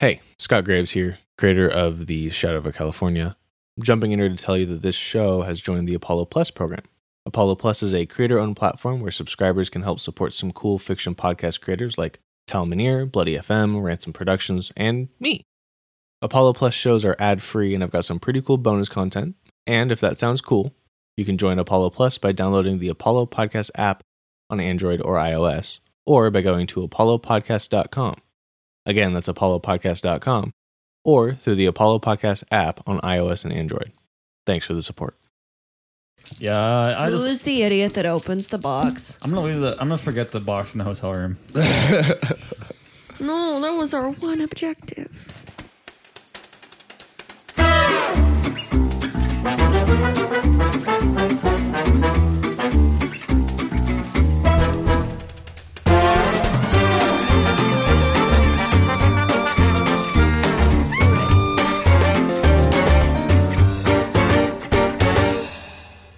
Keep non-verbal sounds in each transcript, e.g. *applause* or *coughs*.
Hey, Scott Graves here, creator of the Shadow of California. I'm jumping in here to tell you that this show has joined the Apollo Plus program. Apollo Plus is a creator owned platform where subscribers can help support some cool fiction podcast creators like Tal Minear, Bloody FM, Ransom Productions, and me. Apollo Plus shows are ad free, and I've got some pretty cool bonus content. And if that sounds cool, you can join Apollo Plus by downloading the Apollo Podcast app on Android or iOS, or by going to apollopodcast.com. Again, that's apollopodcast.com or through the Apollo Podcast app on iOS and Android. Thanks for the support. Yeah, I Who's just the idiot that opens the box? I'm gonna leave the I'm gonna forget the box in the hotel room. No, that was our one objective.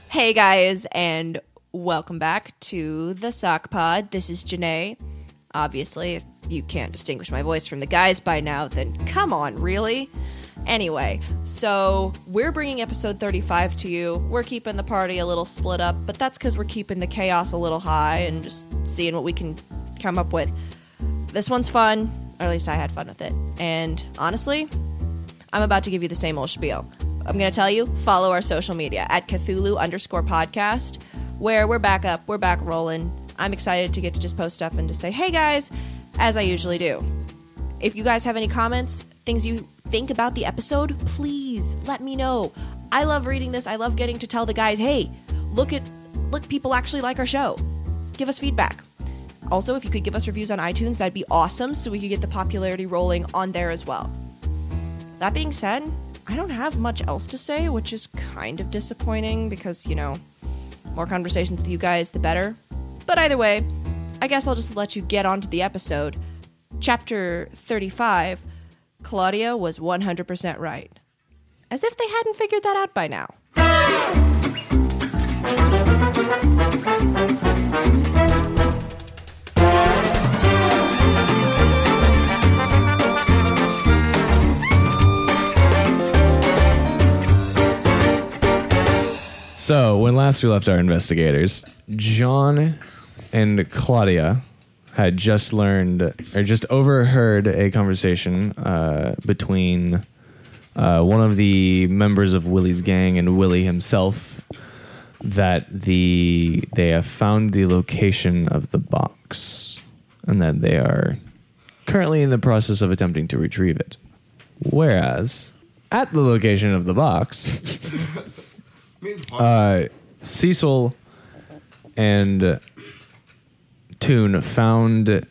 Hey guys, and welcome back to the Sock Pod. This is Janae. Obviously, if you can't distinguish my voice from the guys by now, then come on, really? Anyway, so we're bringing episode 35 to you. We're keeping the party a little split up, but that's because we're keeping the chaos a little high and just seeing what we can come up with. This one's fun, or at least I had fun with it. And honestly, I'm about to give you the same old spiel. I'm going to tell you, follow our social media at Cthulhu underscore podcast, where we're back up, we're back rolling. I'm excited to get to just post stuff and just say, hey guys, as I usually do. If you guys have any comments, things you think about the episode, please let me know. I love reading this. I love getting to tell the guys, hey, look at look people actually like our show. Give us feedback. Also, if you could give us reviews on iTunes, that'd be awesome so we could get the popularity rolling on there as well. That being said, I don't have much else to say, which is kind of disappointing because, you know, more conversations with you guys, the better. But either way, I guess I'll just let you get on to the episode. Chapter 35 Claudia was 100% right. As if they hadn't figured that out by now. So, when last we left our investigators, John and Claudia had just learned or just overheard a conversation uh, between uh, one of the members of Willie's gang and Willie himself that the they have found the location of the box and that they are currently in the process of attempting to retrieve it. Whereas at the location of the box, uh, Cecil and Toon found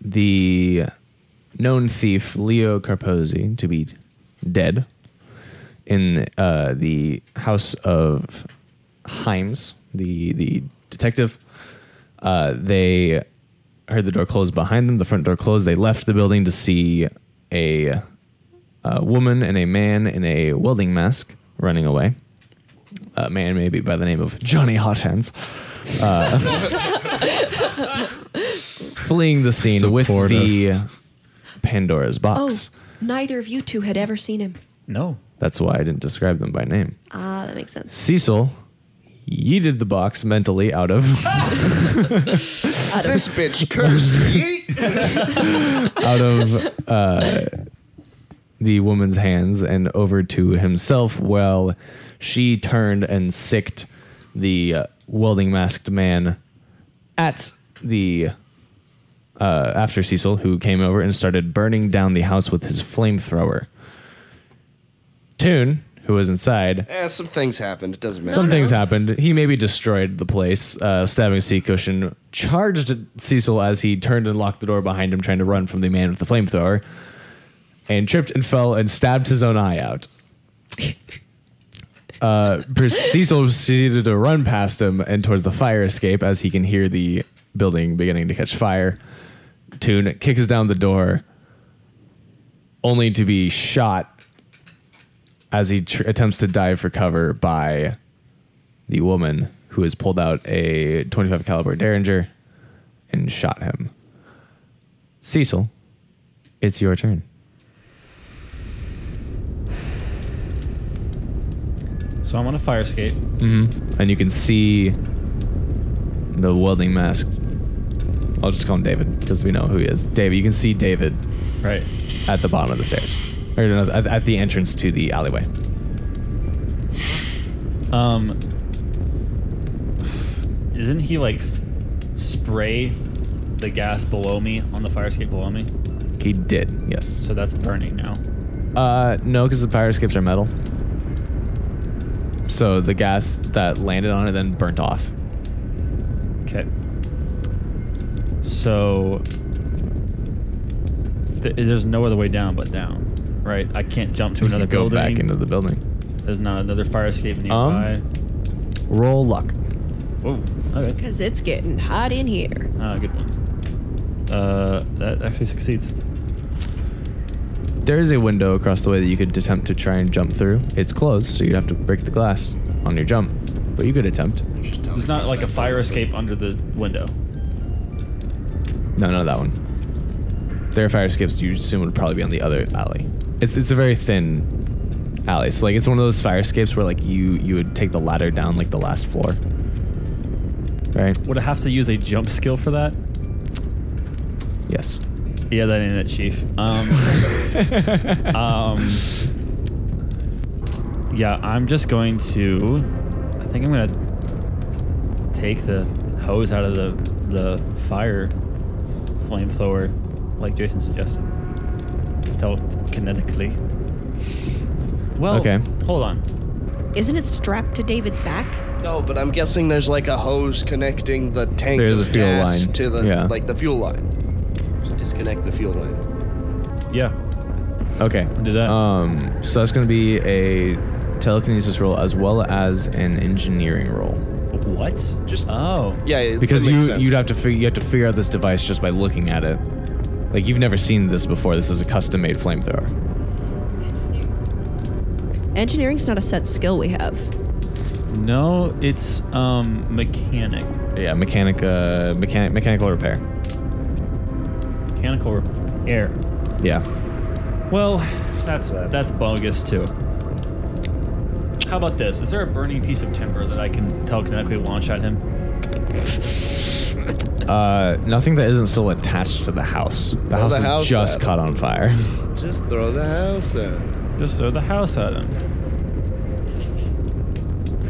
the known thief Leo Carposi to be dead in uh, the house of Himes, the the detective. Uh, they heard the door close behind them, the front door closed. They left the building to see a, a woman and a man in a welding mask running away a man maybe by the name of Johnny Hot Hands, uh, *laughs* fleeing the scene with Support the Pandora's Oh, box. neither of you two had ever seen him. No. That's why I didn't describe them by name. Ah, that makes sense. Cecil yeeted the box mentally out of This bitch cursed. Yeet. *laughs* out of uh, the woman's hands and over to himself. Well, she turned and sicked the uh, welding masked man at the uh, after Cecil, who came over and started burning down the house with his flamethrower. Toon, who was inside, Eh, some things happened. It doesn't matter. some things happened. He maybe destroyed the place, uh, stabbing Seacushion, charged at Cecil as he turned and locked the door behind him, trying to run from the man with the flamethrower, and tripped and fell and stabbed his own eye out. Uh, per- Cecil proceeded to run past him and towards the fire escape as he can hear the building beginning to catch fire. Toon kicks down the door, only to be shot as he tr- attempts to dive for cover by the woman who has pulled out a 25 caliber derringer and shot him. Cecil, it's your turn. So I'm on a fire escape. Mm-hmm. And you can see the welding mask. I'll just call him David because we know who he is. David, you can see David Right. at the bottom of the stairs, or no, at, at the entrance to the alleyway. Um. Isn't he like f- spray the gas below me on the fire escape below me? He did, yes. So that's burning now. Uh, no, because the fire escapes are metal. So the gas that landed on it then burnt off. Okay. So th- there's no other way down but down, right? I can't jump to another You go building. back into Um, the building. there's not another fire escape nearby. Roll luck. Whoa. Okay. Because it's getting hot in here. Ah, good one. Uh, that actually succeeds. There is a window across the way that you could attempt to try and jump through. It's closed, so you'd have to break the glass on your jump. But you could attempt. Just tell There's me not what's like a that fire door. escape under the window. No, no, that one. Their fire escapes you assume would probably be on the other alley. It's it's a very thin alley. So like it's one of those fire escapes where like you you would take the ladder down like the last floor. Right? Would I have to use a jump skill for that? Yes. Yeah, that ain't it, Chief. Um, *laughs* um, yeah, I'm just going to. I think I'm gonna take the hose out of the the fire flamethrower, like Jason suggested, telekinetically. Well, Okay. Hold on. Isn't it strapped to David's back? No, but I'm guessing there's like a hose connecting the tank There's of a fuel gas line. to the Yeah. like the fuel line. Just disconnect the fuel line. Yeah, Okay. do that. Um so that's gonna be a telekinesis roll as well as an engineering roll. what? Just- oh, Yeah, it, Because that you makes sense. you'd have to figure you have to figure out this device just by looking at it. Like you've never seen this before. This is a custom made flamethrower. Engineering's not a set skill we have. no, it's um mechanic, Yeah, mechanic, uh, mechanic, mechanical repair. mechanical repair. Yeah. Well, that's that's bogus too. How about this? Is there a burning piece of timber that I can telekinetically launch at him? Uh, nothing that isn't still attached to the house. The, Well, house, the house is just had- caught on *laughs* fire. just throw the house out. Just throw the house at him.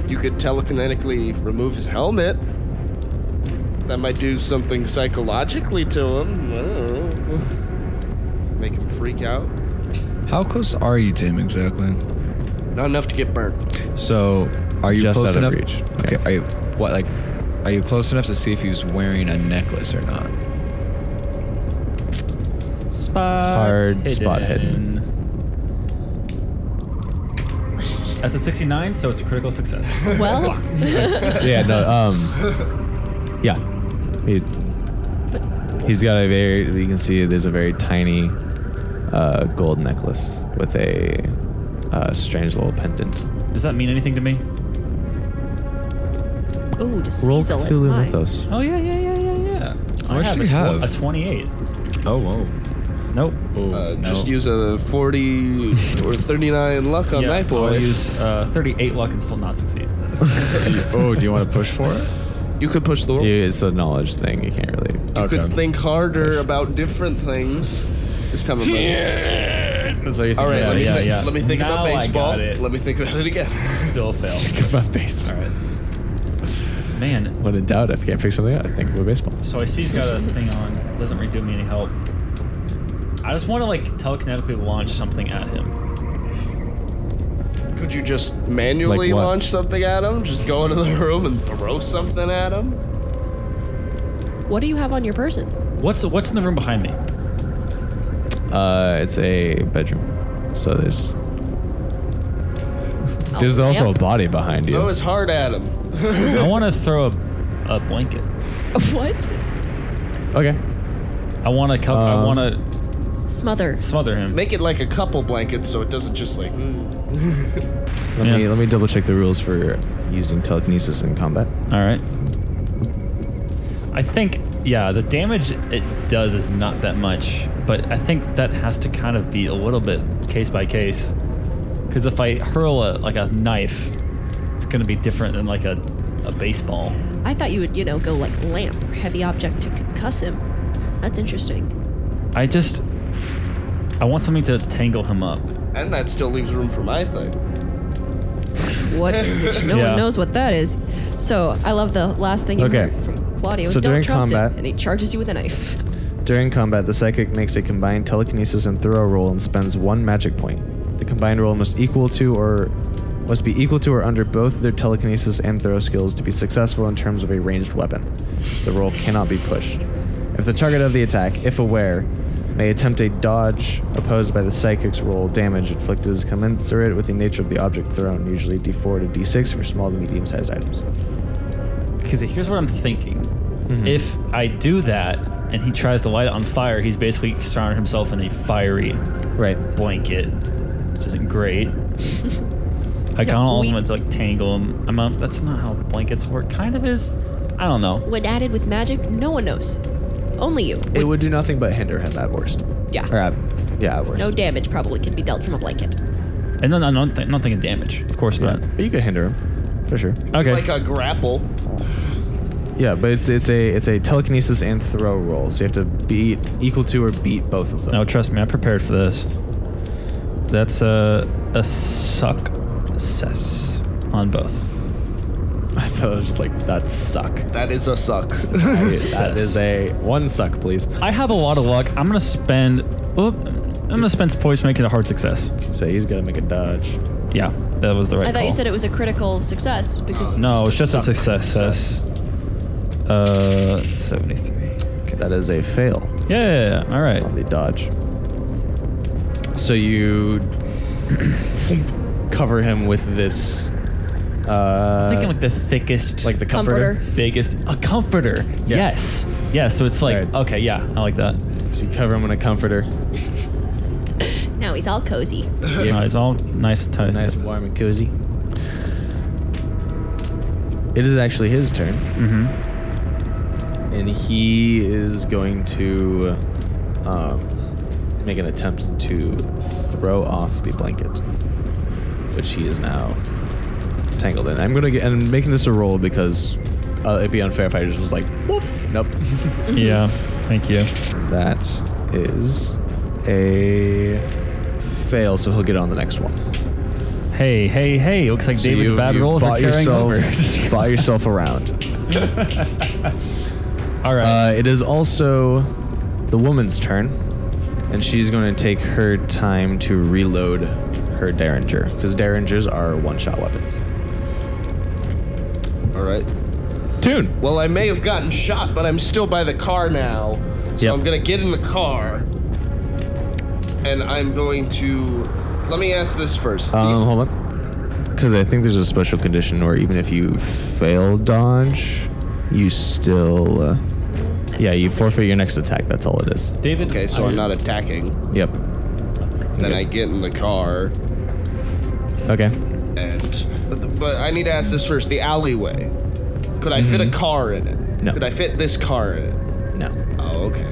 You could telekinetically remove his helmet. That might do something psychologically to him. I don't know. Make him freak out. How close are you to him exactly? Not enough to get burnt. So, are you Just close out of enough? reach. Okay. Are you what like? Are you close enough to see if he's wearing a necklace or not? Spot Hard spot hidden. That's a 69, so it's a critical success. Well, yeah. No. Um. Yeah. He, he's got a very. You can see there's a very tiny, uh, gold necklace with a, uh, strange little pendant. Does that mean anything to me? ooh, to Roll Cecil it. Cthulhu Mythos. Oh yeah, yeah, yeah, yeah, yeah. How much do a you have? A 28. Oh whoa. Nope. Oh, Uh, no. Just use a 40 or 39 luck on yeah, that boy. I'll use uh, 38 luck and still not succeed. Oh, do you want to push for it? you could push the roll. Yeah, It's a knowledge thing. You can't really. You could Okay. think harder about different things this time of year. Yeah, All right, let, me yeah, think, yeah. let me think about Now I baseball. got it. Let me think about it again. *laughs* Still fail. All right. Man, When in doubt, if you can't figure something out, I think we're baseball. So I see he's got a thing on. Doesn't really do me any help. I just want to like telekinetically launch something at him. Could you just manually Like what? launch something at him? Just go into the *laughs* room and throw something at him? What do you have on *laughs* your person? What's what's in the room behind me? Uh, it's a bedroom. So *laughs* there's there's Oh, also a body behind you. Oh, Throw his heart at him. I want to throw a, a blanket. what? Okay. I want to co- I Um, want to Smother. smother him. *laughs* Make it like a couple blankets so it doesn't just like. mm. Let me Yeah. let me double check the rules for using telekinesis in combat. All right. I think yeah, the damage it does is not that much, but I think that has to kind of be a little bit case by case. Because if I hurl a, like a knife going to be different than like a, a baseball. I thought you would, you know, go like lamp or heavy object to concuss him. That's interesting. I just I want something to tangle him up. And that still leaves room for my thing. *laughs* What? which no Yeah. one knows what that is. So I love the last thing you Okay. heard from Claudio. So is don't during trust combat- him, and he charges you with a knife. During combat, the psychic makes a combined telekinesis and throw roll and spends one magic point. The combined roll must equal to or must be equal to or under both their telekinesis and throw skills to be successful in terms of a ranged weapon. The roll cannot be pushed. If the target of the attack, if aware, may attempt a dodge opposed by the psychic's roll, damage inflicted is commensurate with the nature of the object thrown, usually d4 to d6 for small to medium sized items. Because here's what I'm thinking. If I do that and he tries to light it on fire, he's basically surrounded himself in a fiery Right. blanket, which isn't great. I kind of we- always want to like tangle him. I'm not, that's not how blankets work. Kind of is. I don't know. When added with magic, no one knows. Only you. It would do nothing but hinder him at worst. Yeah. Or at, yeah, at worst. No damage probably can be dealt from a blanket. And then I'm not, th- not thinking damage. Of course Yeah, not. but you could hinder him for sure. Okay. Like a grapple. Yeah, but it's it's a it's a telekinesis and throw roll, so you have to beat equal to or beat both of them. No, trust me, I'm prepared for this. That's a, a success on both. *laughs* I thought I was just like that suck. *laughs* That is a suck. *laughs* that is a one suck, please. I have a lot of luck. I'm gonna spend. Well, I'm gonna spend some points to make it a hard success. So he's gonna make a dodge. Yeah, that was the right. I thought you call. said it was a critical success because No, it's Just just a a suck. success. Uh, 73. That is a fail Yeah, all right. on the dodge. So you *coughs* cover him with this. Uh, I'm thinking like the thickest, like the Comforter. comforter. biggest, a comforter. Yeah. Yes. Yeah. So it's like Alright. okay, yeah, I like *laughs* that. So you cover him in a comforter. now he's all cozy. No, it's all nice and tight. Nice, warm, and cozy. It is actually his turn, Mm-hmm. and he is going to um, make an attempt to throw off the blanket, which he is now tangled in. I'm gonna get and I'm making this a roll because uh, it'd be unfair if I just was like, whoop, nope. *laughs* Yeah. Thank you. that is a fail, so he'll get on the next one. Hey, hey, hey! Looks like So David's you- bad you rolls are bought carrying yourself, *laughs* bought yourself around. over. All right. Uh, it is also the woman's turn, and she's going to take her time to reload her derringer because derringers are one-shot weapons. All right. Tune. Well, I may have gotten shot, but I'm still by the car now. So Yep. I'm going to get in the car. And I'm going to. Let me ask this first. The- Um, hold on, because I think there's a special condition where even if you fail dodge, you still. Uh, yeah, you forfeit your next attack. That's all it is. David. okay, so I'm not attacking. Yep. Then I get in the car. Okay. And. But, but I need to ask this first. The alleyway. Could I fit a car in it? Mm-hmm. No. Could I fit this car in it? No. Oh, okay.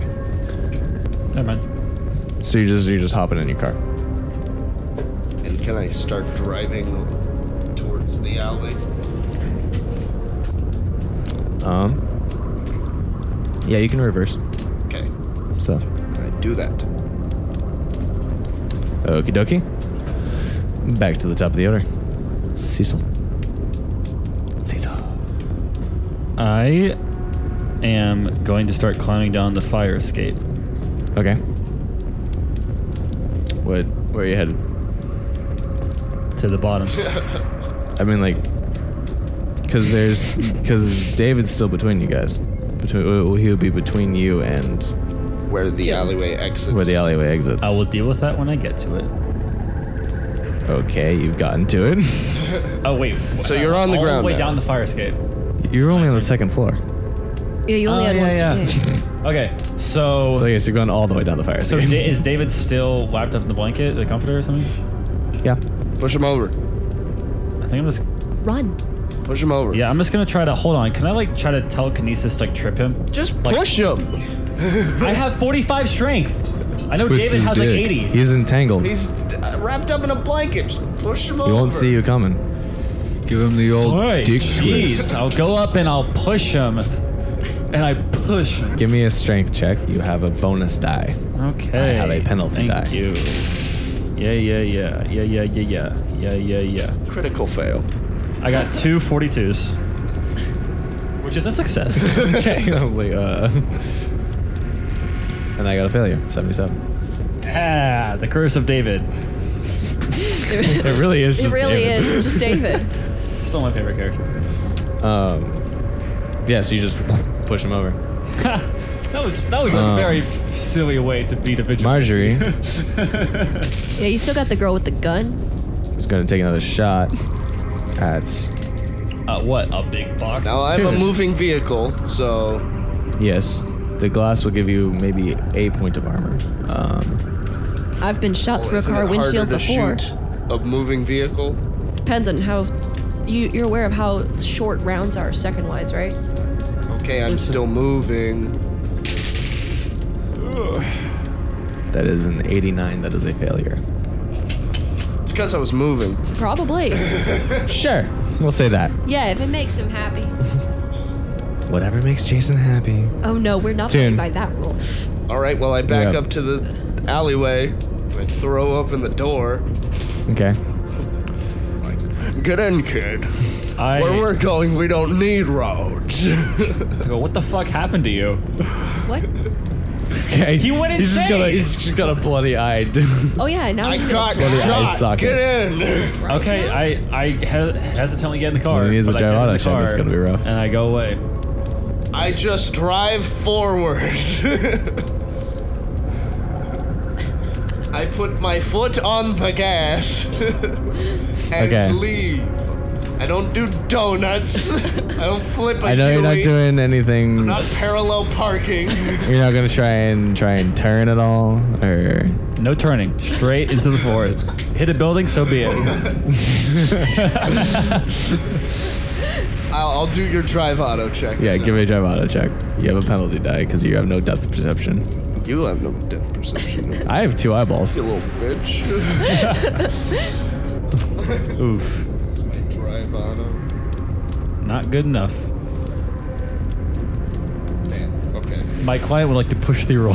Never mind. So you just you're just hopping in your car. And can I start driving towards the alley? Um. Yeah, you can reverse. Okay. So, I do that. okie dokie. Back to the top of the order. Cecil. Cecil. I am going to start climbing down the fire escape. Okay. What? Where are you headed? to the *laughs* bottom. I mean, like, because there's because David's still between you guys. Between well, he'll be between you and Where the alleyway exits. where the alleyway exits. I will deal with that when I get to it. Okay, you've gotten to it. Oh wait. So you're on the all ground the way now. down the fire escape. You're only on the second floor. Yeah, you only Oh, had yeah, yeah. one yeah. Okay. So So so, yes, you're going all the way down the fire. escape. Da- is David still wrapped up in the blanket, the comforter or something? yeah. Push him over. I think I'm just Run. Push him over. yeah. I'm just gonna try to hold on. Can I like try to telekinesis like trip him? Just Like- push him. I have 45 strength. I know Twist David his has like dick. 80. He's entangled. He's uh, wrapped up in a blanket. Push him He over. won't see you coming. Give him the old dick twist. Jeez, I'll go up and I'll push him. And I push him. Give me a strength check. You have a bonus die. Okay. I have a penalty Thank die. you. Yeah, yeah, yeah. Yeah, yeah, yeah, yeah. Yeah, yeah, yeah. Critical fail. I got two 42s, which is a success. *laughs* okay. I was like, uh. And I got a failure, 77. ah, the curse of David. It really is. It just really David. is. *laughs* It's just David. Still my favorite character. *laughs* Um, yeah, so you just push him over. that was that was Um, a very f- silly way to beat a vigil. Marjorie yeah, you still got the girl with the gun. *laughs* is going to take another shot at. uh, what a big box. Now I'm a moving vehicle, so Yes, the glass will give you maybe a point of armor. Um, I've been shot well, through a isn't car it harder windshield to before. shoot a moving vehicle? Depends on how you, you're aware of how short rounds are second wise, right? Okay, I'm still moving. that is an 89. That is a failure. It's because I was moving. *laughs* Probably. Sure, we'll say that. yeah, if it makes him happy. Whatever makes Jason happy. Oh no, we're not Tune. playing by that rule. All right, well I back Yeah. up to the alleyway. I throw open the door. *laughs* Okay. Get in, kid. I Where we're going, we don't need *laughs* roads. go. What the fuck happened to you? What? Okay. He went He's just got a, insane. he's just got a bloody eye. dude. Oh yeah, now I he's got gonna. eye shot. socket. Get in. Okay, I I he- hesitantly get in the car. He needs a but I get in gelato the check, it's car, gonna be rough. And I go away. I just drive forward. I put my foot on the gas *laughs* and Okay. leave. I don't do donuts. I don't flip a I know you're not Huey. doing anything. I'm not parallel parking. *laughs* You're not gonna try and try and turn at all, or No turning, straight into the forest. Hit a building, so be it. *laughs* I'll, I'll do your drive auto check. yeah, right give me now. a drive auto check. You have a penalty die because you have no depth of perception. You have no depth *laughs* perception. you I have two eyeballs. little bitch. Oof, drive auto. not good enough. Damn. *laughs* Okay. My client would like to push the roll.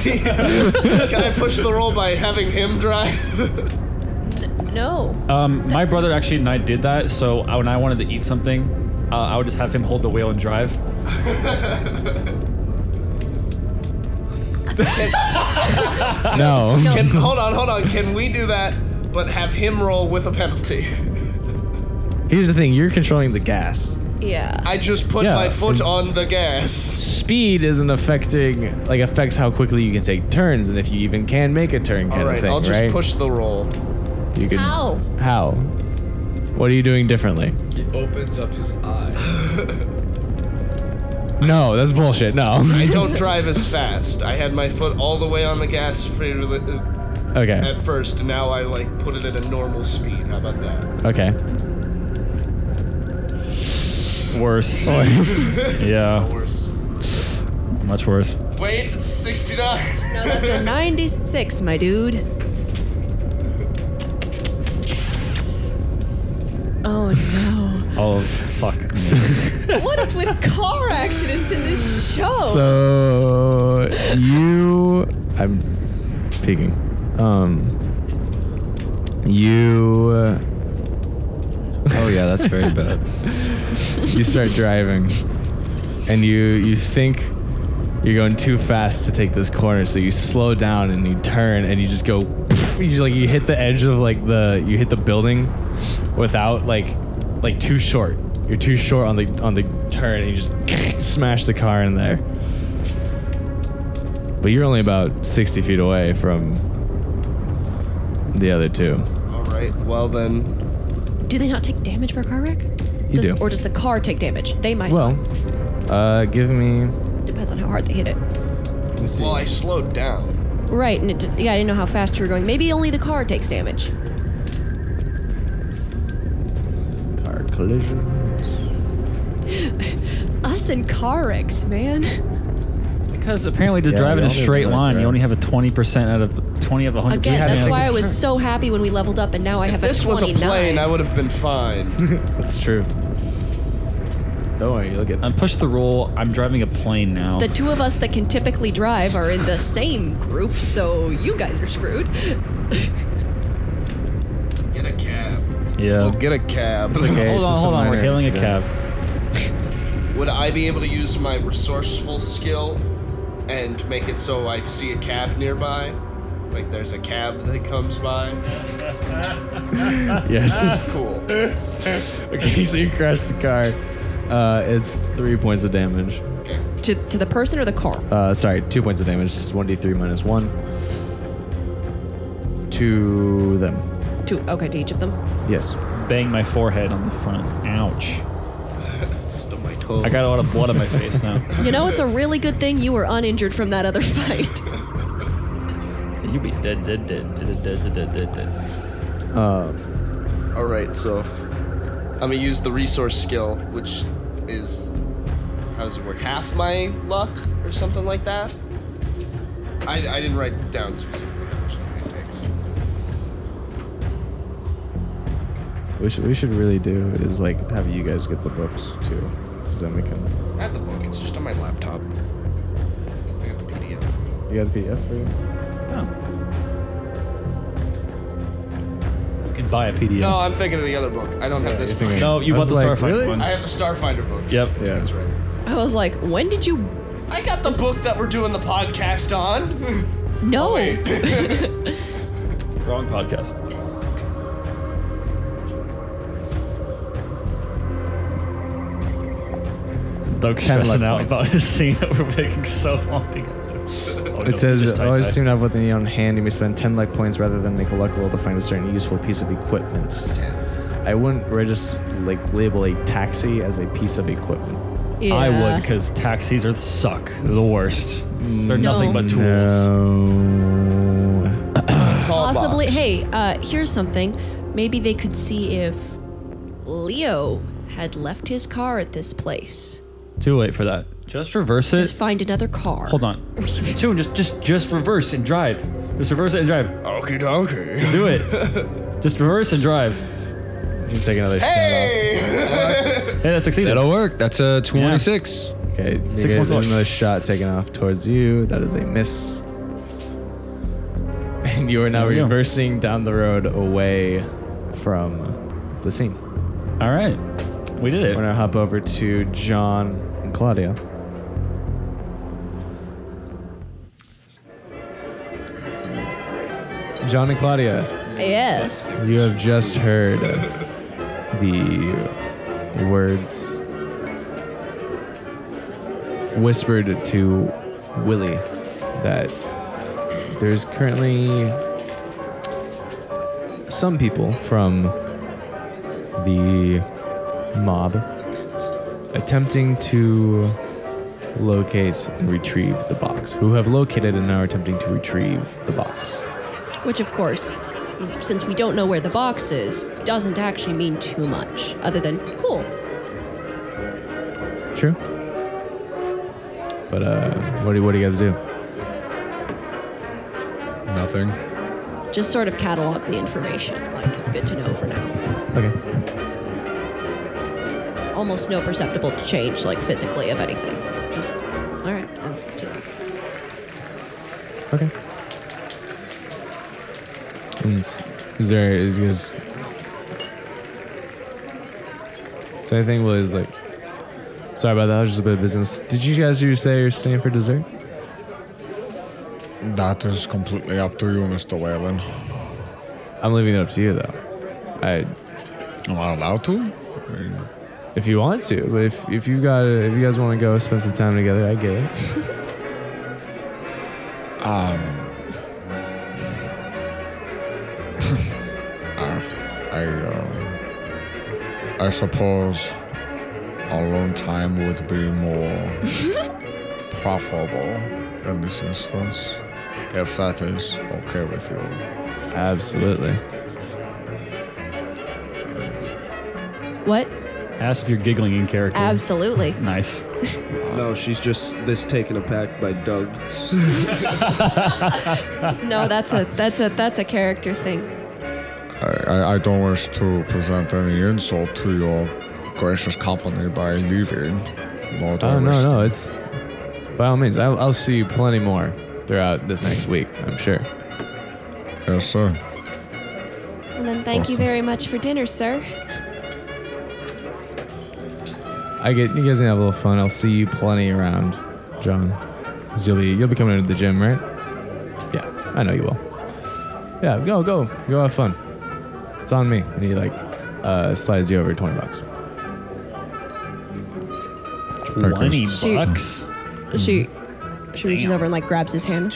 Can I push the roll by having him drive? *laughs* No. *laughs* um, my brother actually and I did that. So I- when I wanted to eat something, uh, I would just have him hold the wheel and drive. No. Can, hold on, hold on. Can we do that, but have him roll with a penalty? Here's the thing: you're controlling the gas. Yeah. I just put Yeah. my foot on the gas. Speed isn't affecting like affects how quickly you can take turns and if you even can make a turn kind All right, of thing, I'll just right? push the roll. You can, How? How? What are you doing differently? He opens up his eye. No, that's bullshit. No. *laughs* I don't drive as fast. I had my foot all the way on the gas for, uh, Okay. at first, and now I like put it at a normal speed. How about that? Okay. Worse. *laughs* yeah, Worse. much worse. Wait, it's 69. No, that's a *laughs* 96, my dude. Oh no. Oh fuck. What is with car accidents in this show? So you, I'm peeking. Um, you uh, Oh yeah, that's very bad. you start driving, and you you think you're going too fast to take this corner, so you slow down and you turn and you just go. You just, like you hit the edge of like the you hit the building without like like too short. You're too short on the on the turn, and you just smash the car in there. But you're only about 60 feet away from the other two. All right, well then. Do they not take damage for a car wreck? You does, do. Or does the car take damage? They might. Well, uh, give me. depends on how hard they hit it. Let me see. Well, I slowed down. Right, and it, d- yeah, I didn't know how fast you were going. Maybe only the car takes damage. Car collision. Us and car wrecks, man. *laughs* Because apparently, to Yeah, drive in y'all a did straight drive, line, right? you only have a twenty percent out of twenty of a hundred. Again, have that's to- why I was so happy when we leveled up, and now I If have this a was a 29. plane, I would have been fine. That's true. Don't worry, you'll get. I'm Um, push the roll. I'm driving a plane now. The two of us that can typically drive are in the same group, so you guys are screwed. Get a cab. yeah. Well, get a cab. *laughs* okay, it's hold on, just a hold on. We're minor hailing a incident. cab. Would I be able to use my resourceful skill and make it so I see a cab nearby? Like there's a cab that comes by? *laughs* *laughs* Yes. Cool. okay, so you crash the car. Uh, it's three points of damage. Okay. to, to the person or the car? Uh, sorry, two points of damage. Just one d three minus one. To them. To okay, to each of them. Yes. Bang my forehead on the front. Ouch. Stub my toe. I got a lot of blood on my face now. You know, it's a really good thing you were uninjured from that other *laughs* fight. *laughs* You be dead, dead, dead, dead, dead, dead, dead, dead. Uh, All right, so I'm gonna use the resource skill, which is how does it work? Half my luck or something like that. I, I didn't write down specifically how much it takes. we should we should really do is like have you guys get the books too, because then we can. I have the book. It's just on my laptop. I got the PDF. You got the PDF for you. Oh. You can buy a PDF. No, I'm thinking of the other book. I don't have this book. No, you I bought was the like, Starfinder really? one. I have the Starfinder book. Yep. Yeah. that's right. I was like, when did you? I got the book that we're doing the podcast on. No. Wait. Wrong podcast. Doug's Ten luck stressing out points. about his scene that we're making so long to get to. Oh, no, It says, just always tie-tie. seem to have what they need on hand. You may spend 10 luck points rather than make a luck roll to find a certain useful piece of equipment. I wouldn't register, like, label a taxi as a piece of equipment. I *laughs* Yeah. would, because taxis are suck. They're the worst. They're No. nothing but tools. No. possibly. Hey, uh, here's something. Maybe they could see if Leo had left his car at this place. Too late for that. Just reverse it. Just find another car. Hold on. Two, just just just reverse and drive. Just reverse it and drive. Okie dokie. Do it. just reverse and drive. You can take another Hey, that succeeded. That'll work. That's a 26. shot off. Okay, you Six guys- points off. another shot taken off towards you. That is a miss. And you are now There we go. reversing down the road away from the scene. All right, we did We're it. going to hop over to John and Claudia. John and Claudia, Yes. you have just heard the words whispered to Willie that there's currently some people from the mob attempting to locate and retrieve the box, who have located and are attempting to retrieve the box. Which, of course, since we don't know where the box is, doesn't actually mean too much, other than cool. True. But uh, what do what do you guys do? Nothing. Just sort of catalog the information. Like, good to know for now. Okay. Almost no perceptible change, like physically, of anything. Just, all right, let's just do it. Okay. And s- is there is, is so I think was like sorry about that, I was just a bit of business. Did you guys do say you're staying for dessert? That is completely up to you, Mr. Whalen. I'm leaving it up to you though. I Am I allowed to? if you want to, but if if you got if you guys want to go spend some time together, I get it. Um, *laughs* I, um, I suppose alone time would *laughs* be more profitable in this instance, if that is okay with you. Absolutely. What? Ask if you're giggling in character. Absolutely. Nice. No, she's just this taken aback by Doug. No, that's a that's a that's a character thing. I, I, I don't wish to present any insult to your gracious company by leaving. Lord, I Oh wish no, to- no, it's by all means. I'll, I'll see plenty more throughout this next week. I'm sure. Yes, sir. And then thank you very much for dinner, sir. I get you guys gonna have a little fun. I'll see you plenty around, John. 'Cause you'll be you'll be coming into the gym, right? Yeah, I know you will. Yeah, go go go have fun. It's on me. And he like uh, slides you over twenty bucks. you. Twenty Shoot. bucks. She she reaches Damn. over and like grabs his hand.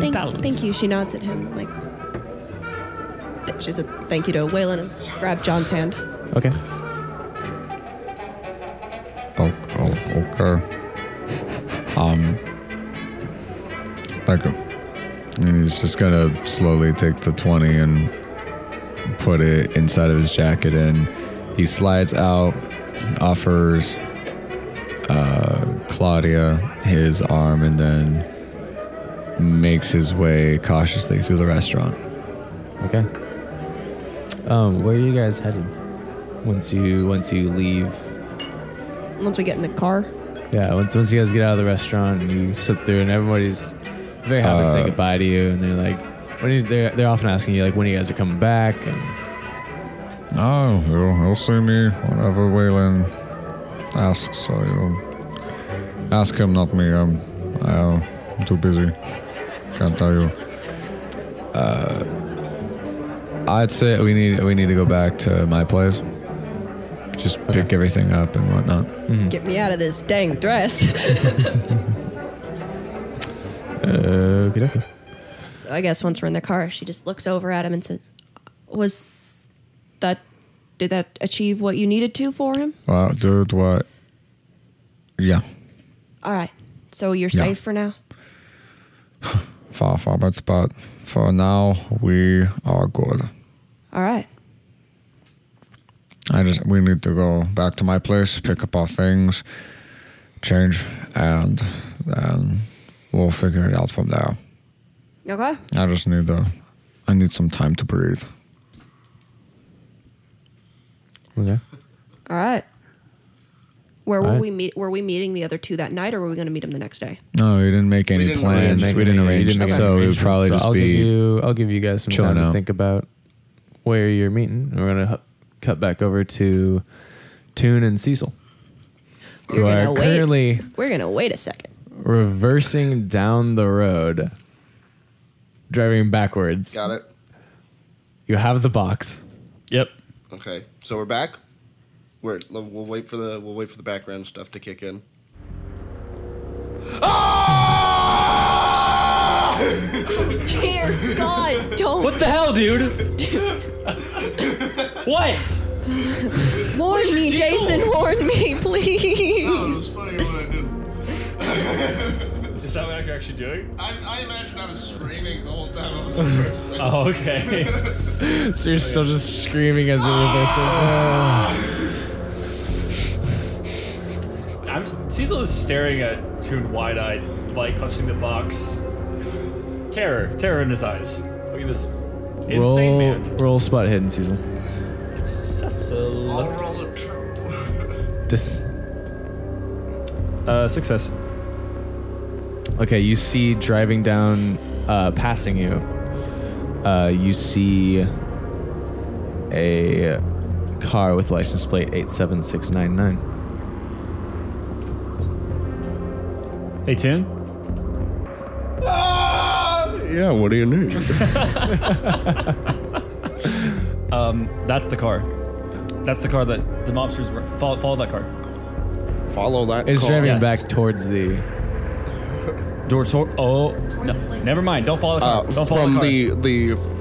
Thank, thank you. She nods at him like th- she says a thank you to Waylon and grab John's hand. Okay. Oh, oh, okay. Um. Thank you. And he's just gonna slowly take the 20 and put it inside of his jacket and he slides out and offers uh, Claudia his arm and then makes his way cautiously through the restaurant. Okay. Um, where are you guys headed? Once you once you leave, Once we get in the car, yeah. Once once you guys get out of the restaurant and you slip through, and everybody's very happy to say Uh, goodbye to you, and they're like, when are you, they're they're often asking you like when you guys are coming back, and Oh, he'll, he'll see me whenever Waylon asks, so you'll ask him, not me. I'm, I'm too busy. Can't tell you. Uh, I'd say we need we need to go back to my place. Just pick everything up and whatnot. get me out of this dang *laughs* dress. uh, okay, okay. so I guess once we're in the car, she just looks over at him and says, "Was that did that achieve what you needed to for him? Well, dude, what? Yeah, All right. So you're Yeah. safe for now." far from it, but for now we are good. All right. I just we need to go back to my place, pick up our things, change, and then we'll figure it out from there. Okay. I just need to I need some time to breathe. Okay. All right. Where were All right. we meet? Were we meeting the other two that night, or were we going to meet them the next day? No, we didn't make any didn't plans. arrange we didn't arrange. it, so it would probably just I'll be Give you, I'll give you guys some chilling time to out. think about where you're meeting. We're gonna hu- cut back over to Tune and Cecil, You're who gonna are wait. currently We're going to wait a second. reversing down the road, driving backwards. Got it. You have the box. Yep. Okay, so we're back. We're we'll wait for the we'll wait for the background stuff to kick in. Dear God, don't. What the hell, dude? what? Warn me, Jason. *laughs* Warn me, please. it was funny when I did. Is that what you're actually doing? I, I imagine I was screaming the whole time *laughs* I was first. Like, Oh, okay. So Oh, you're still just screaming as you're reversing. *laughs* I'm, Cecil is staring at Toon wide-eyed, like clutching the box. Terror, terror in his eyes. Look at this *sighs* insane roll, man. roll spot hidden, Cecil. I'll Cecil. roll a triple. This. Uh, success. Okay, you see driving down, uh, passing you. Uh, you see a car with license plate eight seven six nine nine. Hey, Toon. Yeah, what do you need? Um, that's the car. That's the car that the mobsters were. Follow, follow that car. Follow that. It's call. driving yes. back towards the. Door sort. Oh, no. Never mind. Don't follow the Uh, car. don't follow from the car. the the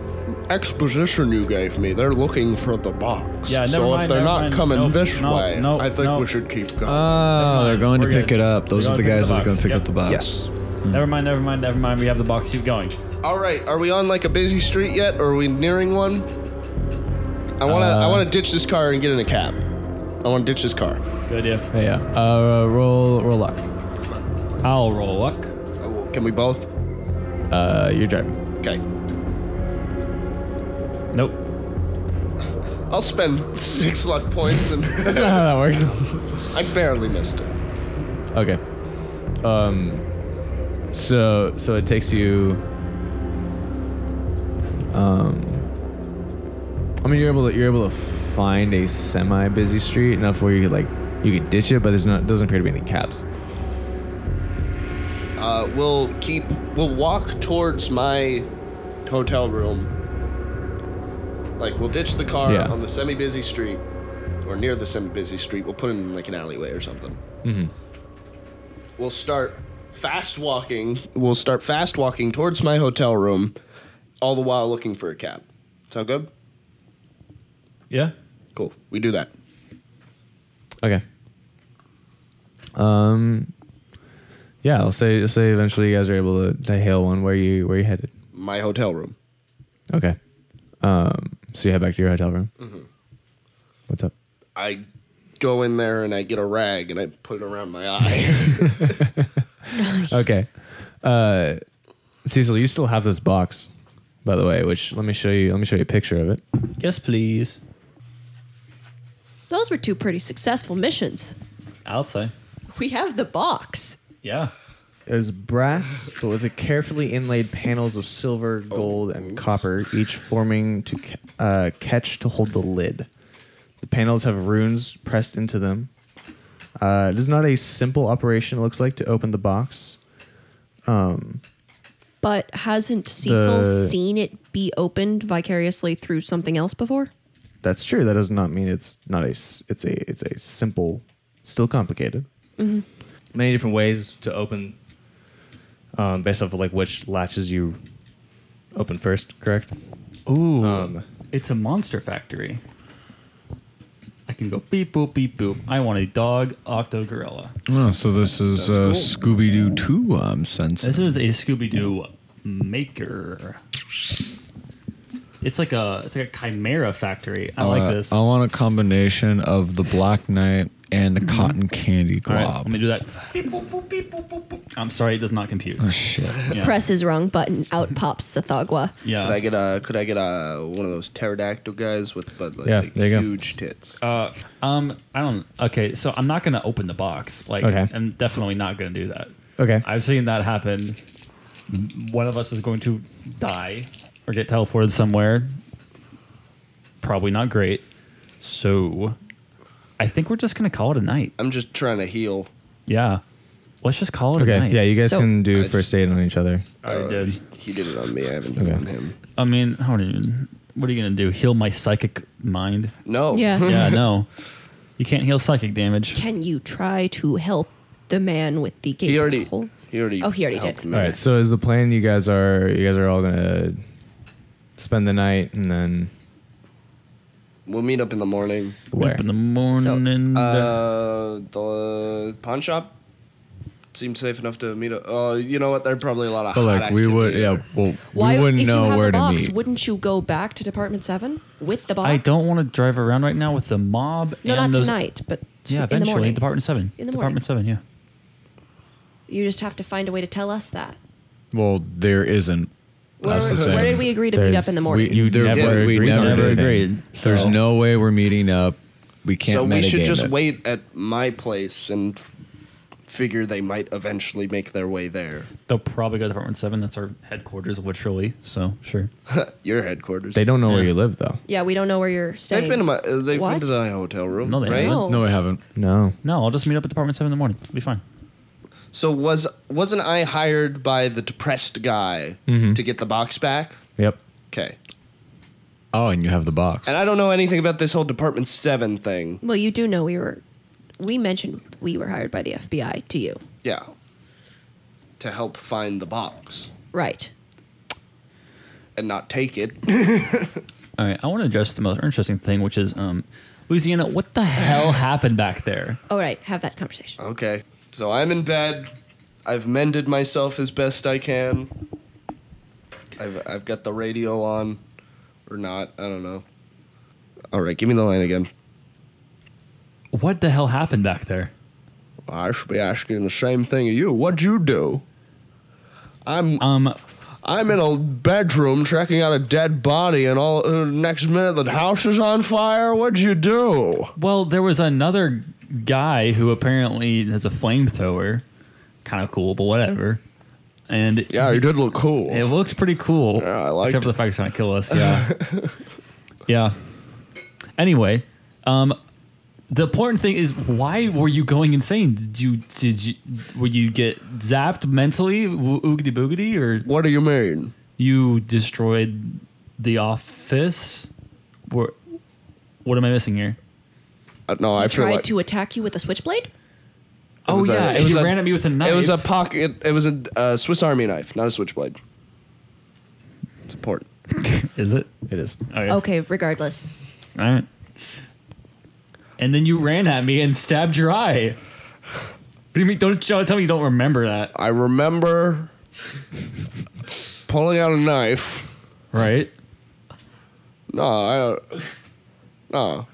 exposition you gave me, they're looking for the box. Yeah, never so if mind, they're never not mind. coming Nope, this nope, way, nope, I think we nope. should keep going. Oh, they're going to We're pick good. it up. Those We're are the gonna pick guys that up are going to the pick box. up the box. yes. Never mind. Never mind. Never mind. We have the box. Keep going. All right, are we on like a busy street yet? Or are we nearing one? I wanna I Uh, wanna ditch this car and get in a cab. I wanna ditch this car. Good idea. Yeah. Uh, roll, roll luck. I'll roll luck. Oh, Can we both? Uh, *laughs* you're driving. Okay. Nope. I'll spend *laughs* six luck points and *laughs* That's not how that works. I barely missed it. okay. Um. So so it takes you. Um. I mean, you're able to you're able to find a semi-busy street enough where you could like you could ditch it, but there's not doesn't appear to be any cabs. Uh, we'll keep. We'll walk towards my hotel room. Like we'll ditch the car Yeah. on the semi-busy street, or near the semi-busy street. We'll put it in like an alleyway or something. Mm-hmm. We'll start fast walking. We'll start fast walking towards my hotel room, all the while looking for a cab. Sound good? Yeah. Cool. We do that. Okay. Um. Yeah, I'll say I'll say eventually you guys are able to, to hail one. Where you where you headed? My hotel room. Okay. Um. So you head back to your hotel room. What's up? I go in there and I get a rag and I put it around my eye. *laughs* Okay. Uh, Cecil, you still have this box, by the way. Which let me show you. Let me show you a picture of it. Yes, please. Those were two pretty successful missions. I'll say. We have the box. Yeah. There's brass, but with a carefully inlaid panels of silver, gold, and copper, each forming to ca- uh, catch to hold the lid. The panels have runes pressed into them. Uh, it is not a simple operation. It looks like to open the box. But hasn't Cecil The- seen it be opened vicariously through something else before? That's true. That does not mean it's not a. s- It's a. It's a simple, still complicated. Many different ways to open. Um, based off of like which latches you open first, correct? Ooh. Um, it's a monster factory. I can go beep boop beep boop. I want a dog octo gorilla. Oh, so this is uh, Scooby Doo Two. um, I'm sensing. This is a Scooby Doo maker. It's like a it's like a chimera factory. I like this. Uh, I All want a combination of the Black Knight and the Cotton Candy right, Glob. let me do that. Beep, boop, boop, beep, boop, boop, boop. I'm sorry, it does not compute. Oh, shit. Yeah. Presses wrong button, out pops Sathagwa. Yeah. Could I get a? Could I get a one of those pterodactyl guys with but like, Yeah, like there you go. huge tits? Uh, um, I don't. Okay, so I'm not gonna open the box. Like, Okay. I'm definitely not gonna do that. Okay. I've seen that happen. One of us is going to die or get teleported somewhere. Probably not great. So, I think we're just gonna call it a night. I'm just trying to heal. Yeah, let's just call it a Okay. night. Yeah, you guys So- can do just- first aid on each other. I Uh, did. He did it on me. I haven't done Okay. it on him. I mean, how do you? What are you gonna do? Heal my psychic mind? No. Yeah. Yeah, no. You can't heal psychic damage. Can you try to help the man with the gate? He already. hole? He already. Oh, he already helped did. me. All right. So is the plan you guys are you guys are all gonna spend the night and then We'll meet up in the morning. where? Up in the Mm, morning. Uh, the pawn shop seemed safe enough to meet up. Oh, you know what? There are probably a lot of. But hot like we would, activity yeah. there. Well, Why, we if wouldn't you know have where the to box, meet. wouldn't you go back to Department Seven with the box? I don't want to drive around right now with the mob. No, and not those- tonight, but t- Yeah, in the eventually, morning. Department Seven. In the Department Seven, yeah. you just have to find a way to tell us that. Well, there isn't. Where, That's the where thing. did we agree to meet There's- up in the morning? We, you, there, Never we agreed never, on Never did. agreed. There's So- no way we're meeting up. We can't. So we should metagame just it. wait at my place and f- figure they might eventually make their way there. They'll probably go to Department Seven. That's our headquarters, literally. So sure. Your headquarters. They don't know where Yeah. you live though. yeah, we don't know where you're staying. They've been to my. Uh, they've What? been to my hotel room. No, they right? haven't. No, I haven't. No. No, I'll just meet up at Department Seven in the morning. It'll be fine. So was wasn't I hired by the depressed guy Mm-hmm. to get the box back? Yep. Okay. Oh, and you have the box. And I don't know anything about this whole Department 7 thing. well, you do know we were. We mentioned we were hired by the FBI to you, Yeah. To help find the box right? and not take it. *laughs* All right, I want to address the most interesting thing, which is um, Louisiana. What the hell happened back there? All right, have that conversation. okay. So I'm in bed. I've mended myself as best I can. I've I've got the radio on or not, I don't know. All right, give me the line again. What the hell happened back there? I should be asking the same thing of you. What'd you do? I'm Um, I'm in a bedroom checking out a dead body, and all uh, next minute the house is on fire. What'd you do? well, there was another guy who apparently has a flamethrower. Kind of cool, but whatever. And Yeah, you did look cool. It looks pretty cool. Yeah, I liked Except for it. the fact it's trying to *laughs* kill us. Yeah. yeah. Anyway, um, the important thing is why were you going insane? Did you did you were you get zapped mentally, wo- oogity boogity, or What do you mean? you destroyed the office? What what am I missing here? Uh, no, I feel Tried like to attack you with a switchblade? Oh was a- yeah, it it was you a- ran at me with a knife. it was a pocket. It was a uh, Swiss Army knife, not a switchblade. It's important. is it? It is. Okay. Okay, regardless. All right. And then you ran at me and stabbed your eye. What do you mean? Don't, don't tell me you don't remember that, I remember pulling out a knife. right? No, I no.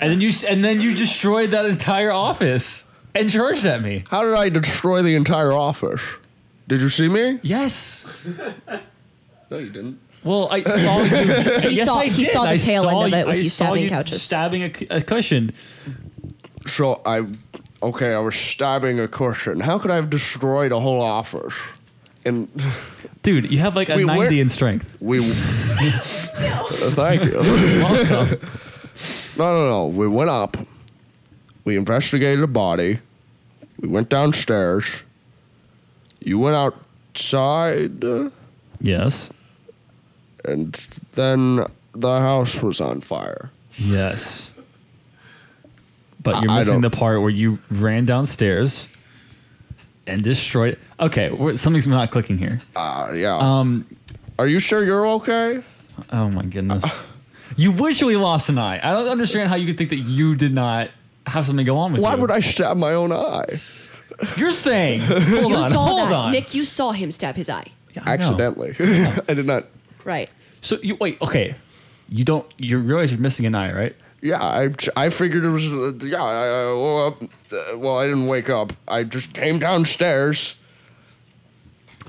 And then you s- and then you destroyed that entire office and charged at me. How did I destroy the entire office? Did you see me? Yes. No, you didn't. Well, *laughs* I saw you. *laughs* He yes, saw- I he did. saw the I tail saw end of it with I you saw stabbing couches. stabbing a, cu- a cushion. So I, okay, I was stabbing a cushion. How could I have destroyed a whole office? And Dude, you have like a Wait, where- 90 in strength. we. Thank you. Welcome. No, no, no. We went up. We investigated a body. We went downstairs. You went outside, yes. and then the house was on fire. Yes. But you're I- I missing the don't- part where you ran downstairs and destroyed. Okay, we're, something's not clicking here. Uh, yeah. Um. Are you sure you're okay? Oh my goodness. uh. you literally lost an eye. I don't understand how you could think that you did not have something go on with Why you. would I stab my own eye? You're *laughs* saying. Hold you on. saw hold that. on. Nick, you saw him stab his eye. Yeah, I know. Accidentally. *laughs* I did not. Right. So you wait, okay. You don't you realize you're missing an eye, right? Yeah, I, I figured it was. Uh, yeah, I, I woke up. Uh, well, I didn't wake up. I just came downstairs.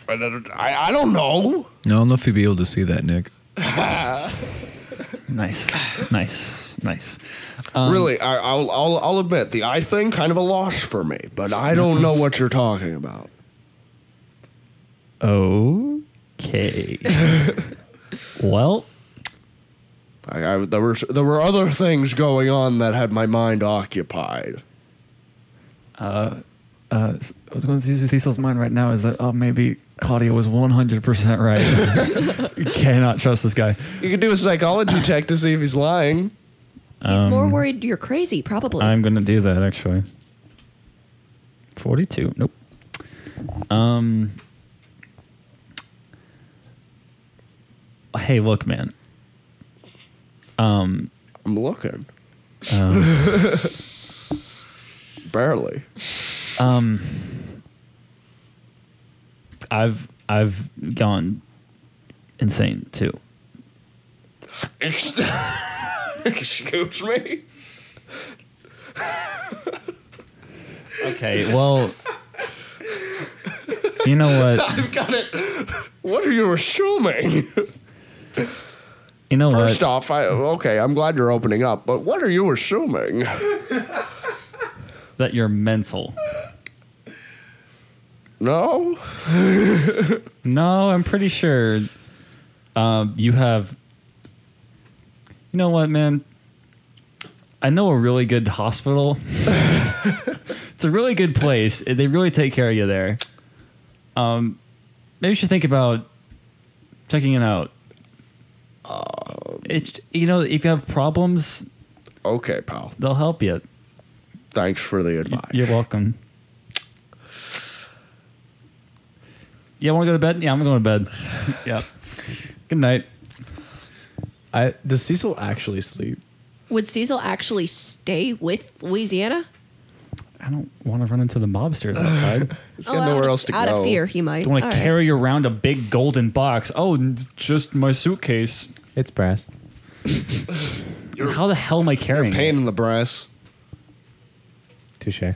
And then I, I don't know. I don't know if you'd be able to see that, Nick. *laughs* *sighs* Nice. nice. Nice. Um, really, I, I'll, I'll, I'll admit the eye thing kind of a loss for me, but I don't know what you're talking about. *laughs* Okay. well, I, I, there were there were other things going on that had my mind occupied. uh, what's going through Cecil's mind right now is that oh maybe Claudia was 100% right. *laughs* you cannot trust this guy. You could do a psychology check to see if he's lying. He's more worried you're crazy, probably. Um, I'm gonna do that actually. Forty-two. Nope. Um. Hey, look, man. Um. I'm looking. Um, *laughs* Barely. Um. I've I've gone insane too. Ex- Excuse me? Okay. Well. You know what? I've got it. What are you assuming? You know First what? off, I, okay, I'm glad you're opening up, but what are you assuming? That you're mental. No? No, I'm pretty sure um, you have. You know what, man? I know a really good hospital. *laughs* it's a really good place. They really take care of you there. Um, maybe you should think about checking it out. It's you know if you have problems, Okay, pal. they'll help you. Thanks for the advice. You're welcome. Yeah, want to go to bed? Yeah, I'm going to bed. *laughs* yeah. Good night. I, does Cecil actually sleep? Would Cecil actually stay with Louisiana? I don't want to run into the mobsters *sighs* outside. He's got nowhere out else of, to out go. of fear, he might. I want All to right. carry around a big golden box. Oh, n- just my suitcase. It's brass. How the hell am I You're a carrying? pain in the brass. Touche. it?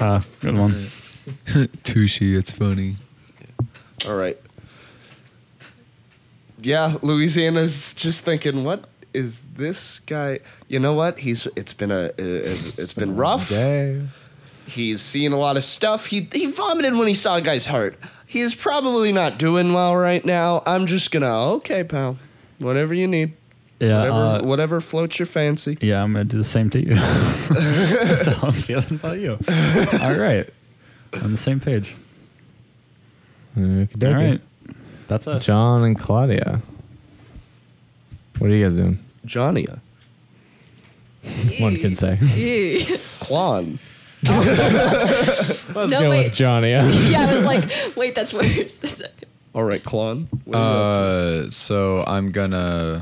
Uh, good one. Tushy, it's funny. All right. Yeah, Louisiana's just thinking, what is this guy? You know what? He's it's been a uh, it's, it's been rough. He's seen a lot of stuff. He he vomited when he saw a guy's heart. He is probably not doing well right now. I'm just gonna okay, pal. Whatever you need. Yeah, whatever uh, whatever floats your fancy. yeah, I'm gonna do the same *laughs* to you. *laughs* That's how I'm feeling about you. All right, on the same page. Okey-dokey. All right, that's us. *laughs* John and Claudia. What are you guys doing? Johnny. uh, One can *laughs* say. Clon. Let's No, go with wait. *laughs* Johnny. *laughs* yeah, I was like, wait, that's worse. *laughs* That's All right, Clon. What are you up to? Uh, so I'm gonna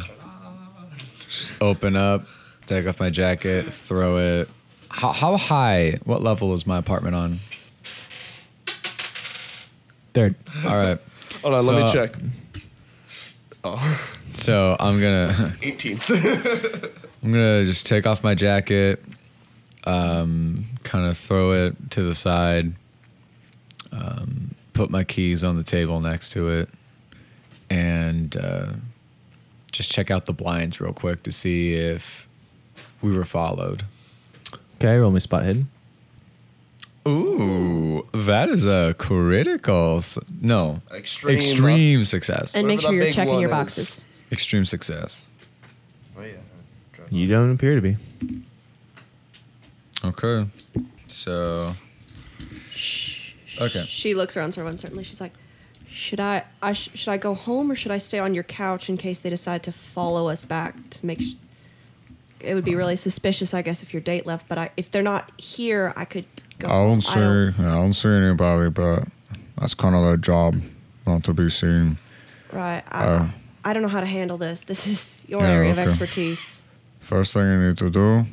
open up, take off my jacket, throw it. How, how high? What level is my apartment on? Third. All right. Hold on, let me so- check. So I'm *laughs* gonna *laughs* 18th. I'm gonna just take off my jacket, um, kind of throw it to the side, um, put my keys on the table next to it, and uh, just check out the blinds real quick to see if we were followed. Okay, roll me spot hidden. Ooh, that is a critical. s- No, Extreme. extreme success. and make Whatever sure that you're big checking one your is. Oh, boxes. Extreme success. You don't appear to be. Okay, so okay. She looks around so uncertainly. She's like, should I, I sh- should I go home or should I stay on your couch in case they decide to follow us back to make? Sh- it would be really suspicious, I guess, if your date left. But I, if they're not here, I could go. I home. don't see. I don't, see anybody, but that's kind of their job, not to be seen. Right. I, Uh, I don't know how to handle this. This is your Yeah, area of okay. expertise. First thing you need to do,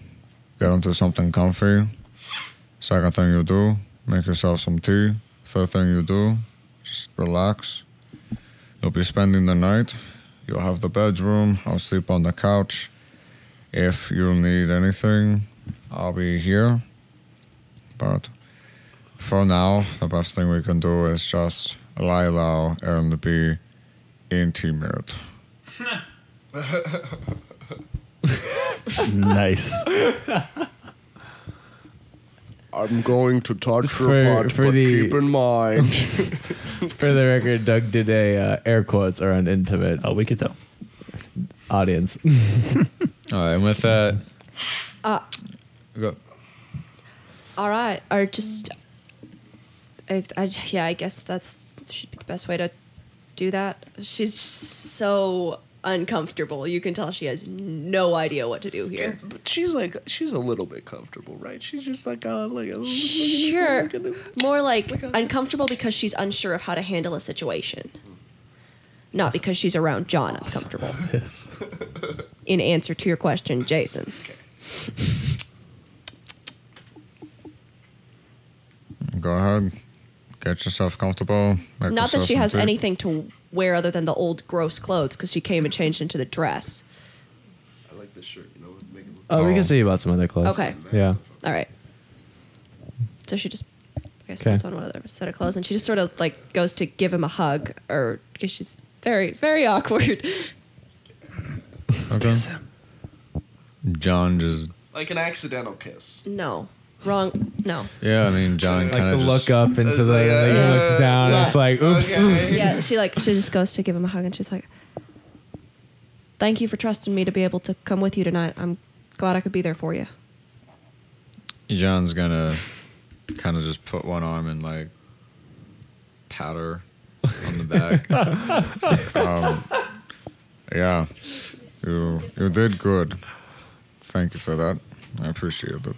get into something comfy. Second thing you do, make yourself some tea. Third thing you do, just relax. You'll be spending the night. You'll have the bedroom. I'll sleep on the couch. If you need anything, I'll be here. But for now, the best thing we can do is just lie low and be intimate. Nice. I'm going to touch your For- butt, for but the- keep in mind. For the record, Doug did a uh, air quotes around intimate Oh, we could tell. audience. All right, and with that, go. All right, or just, if I, yeah, I guess that's should be the best way to do that. She's so uncomfortable. You can tell she has no idea what to do here. But she's like, she's a little bit comfortable, right? She's just like, oh, look, look, look, Sure, look at him. more like uncomfortable because she's unsure of how to handle a situation, not because she's around John uncomfortable. Yes. In answer to your question, Jason, Go ahead. Get yourself comfortable. Make not that yourself she some has tea. anything to wear other than the old gross clothes because she came and changed into the dress. I like this shirt, you know, make it look Oh, we Oh. can see about some other clothes. Okay. Yeah. All right. So she just, I guess, Okay. puts on one other set of clothes, and she just sort of like goes to give him a hug, or because she's very, very *laughs* awkward. Okay. John just. like an accidental kiss. no, wrong. No. Yeah, I mean, John Like kind the of look just. up into the, It's like, like, he looks uh, down. yeah. It's like, oops. Okay. Yeah, she like she just goes to give him a hug, and she's like, "Thank you for trusting me to be able to come with you tonight. I'm glad I could be there for you." John's gonna kind of just put one arm and like pat her on the back. um, yeah, you you did good. Thank you for that. I appreciate it.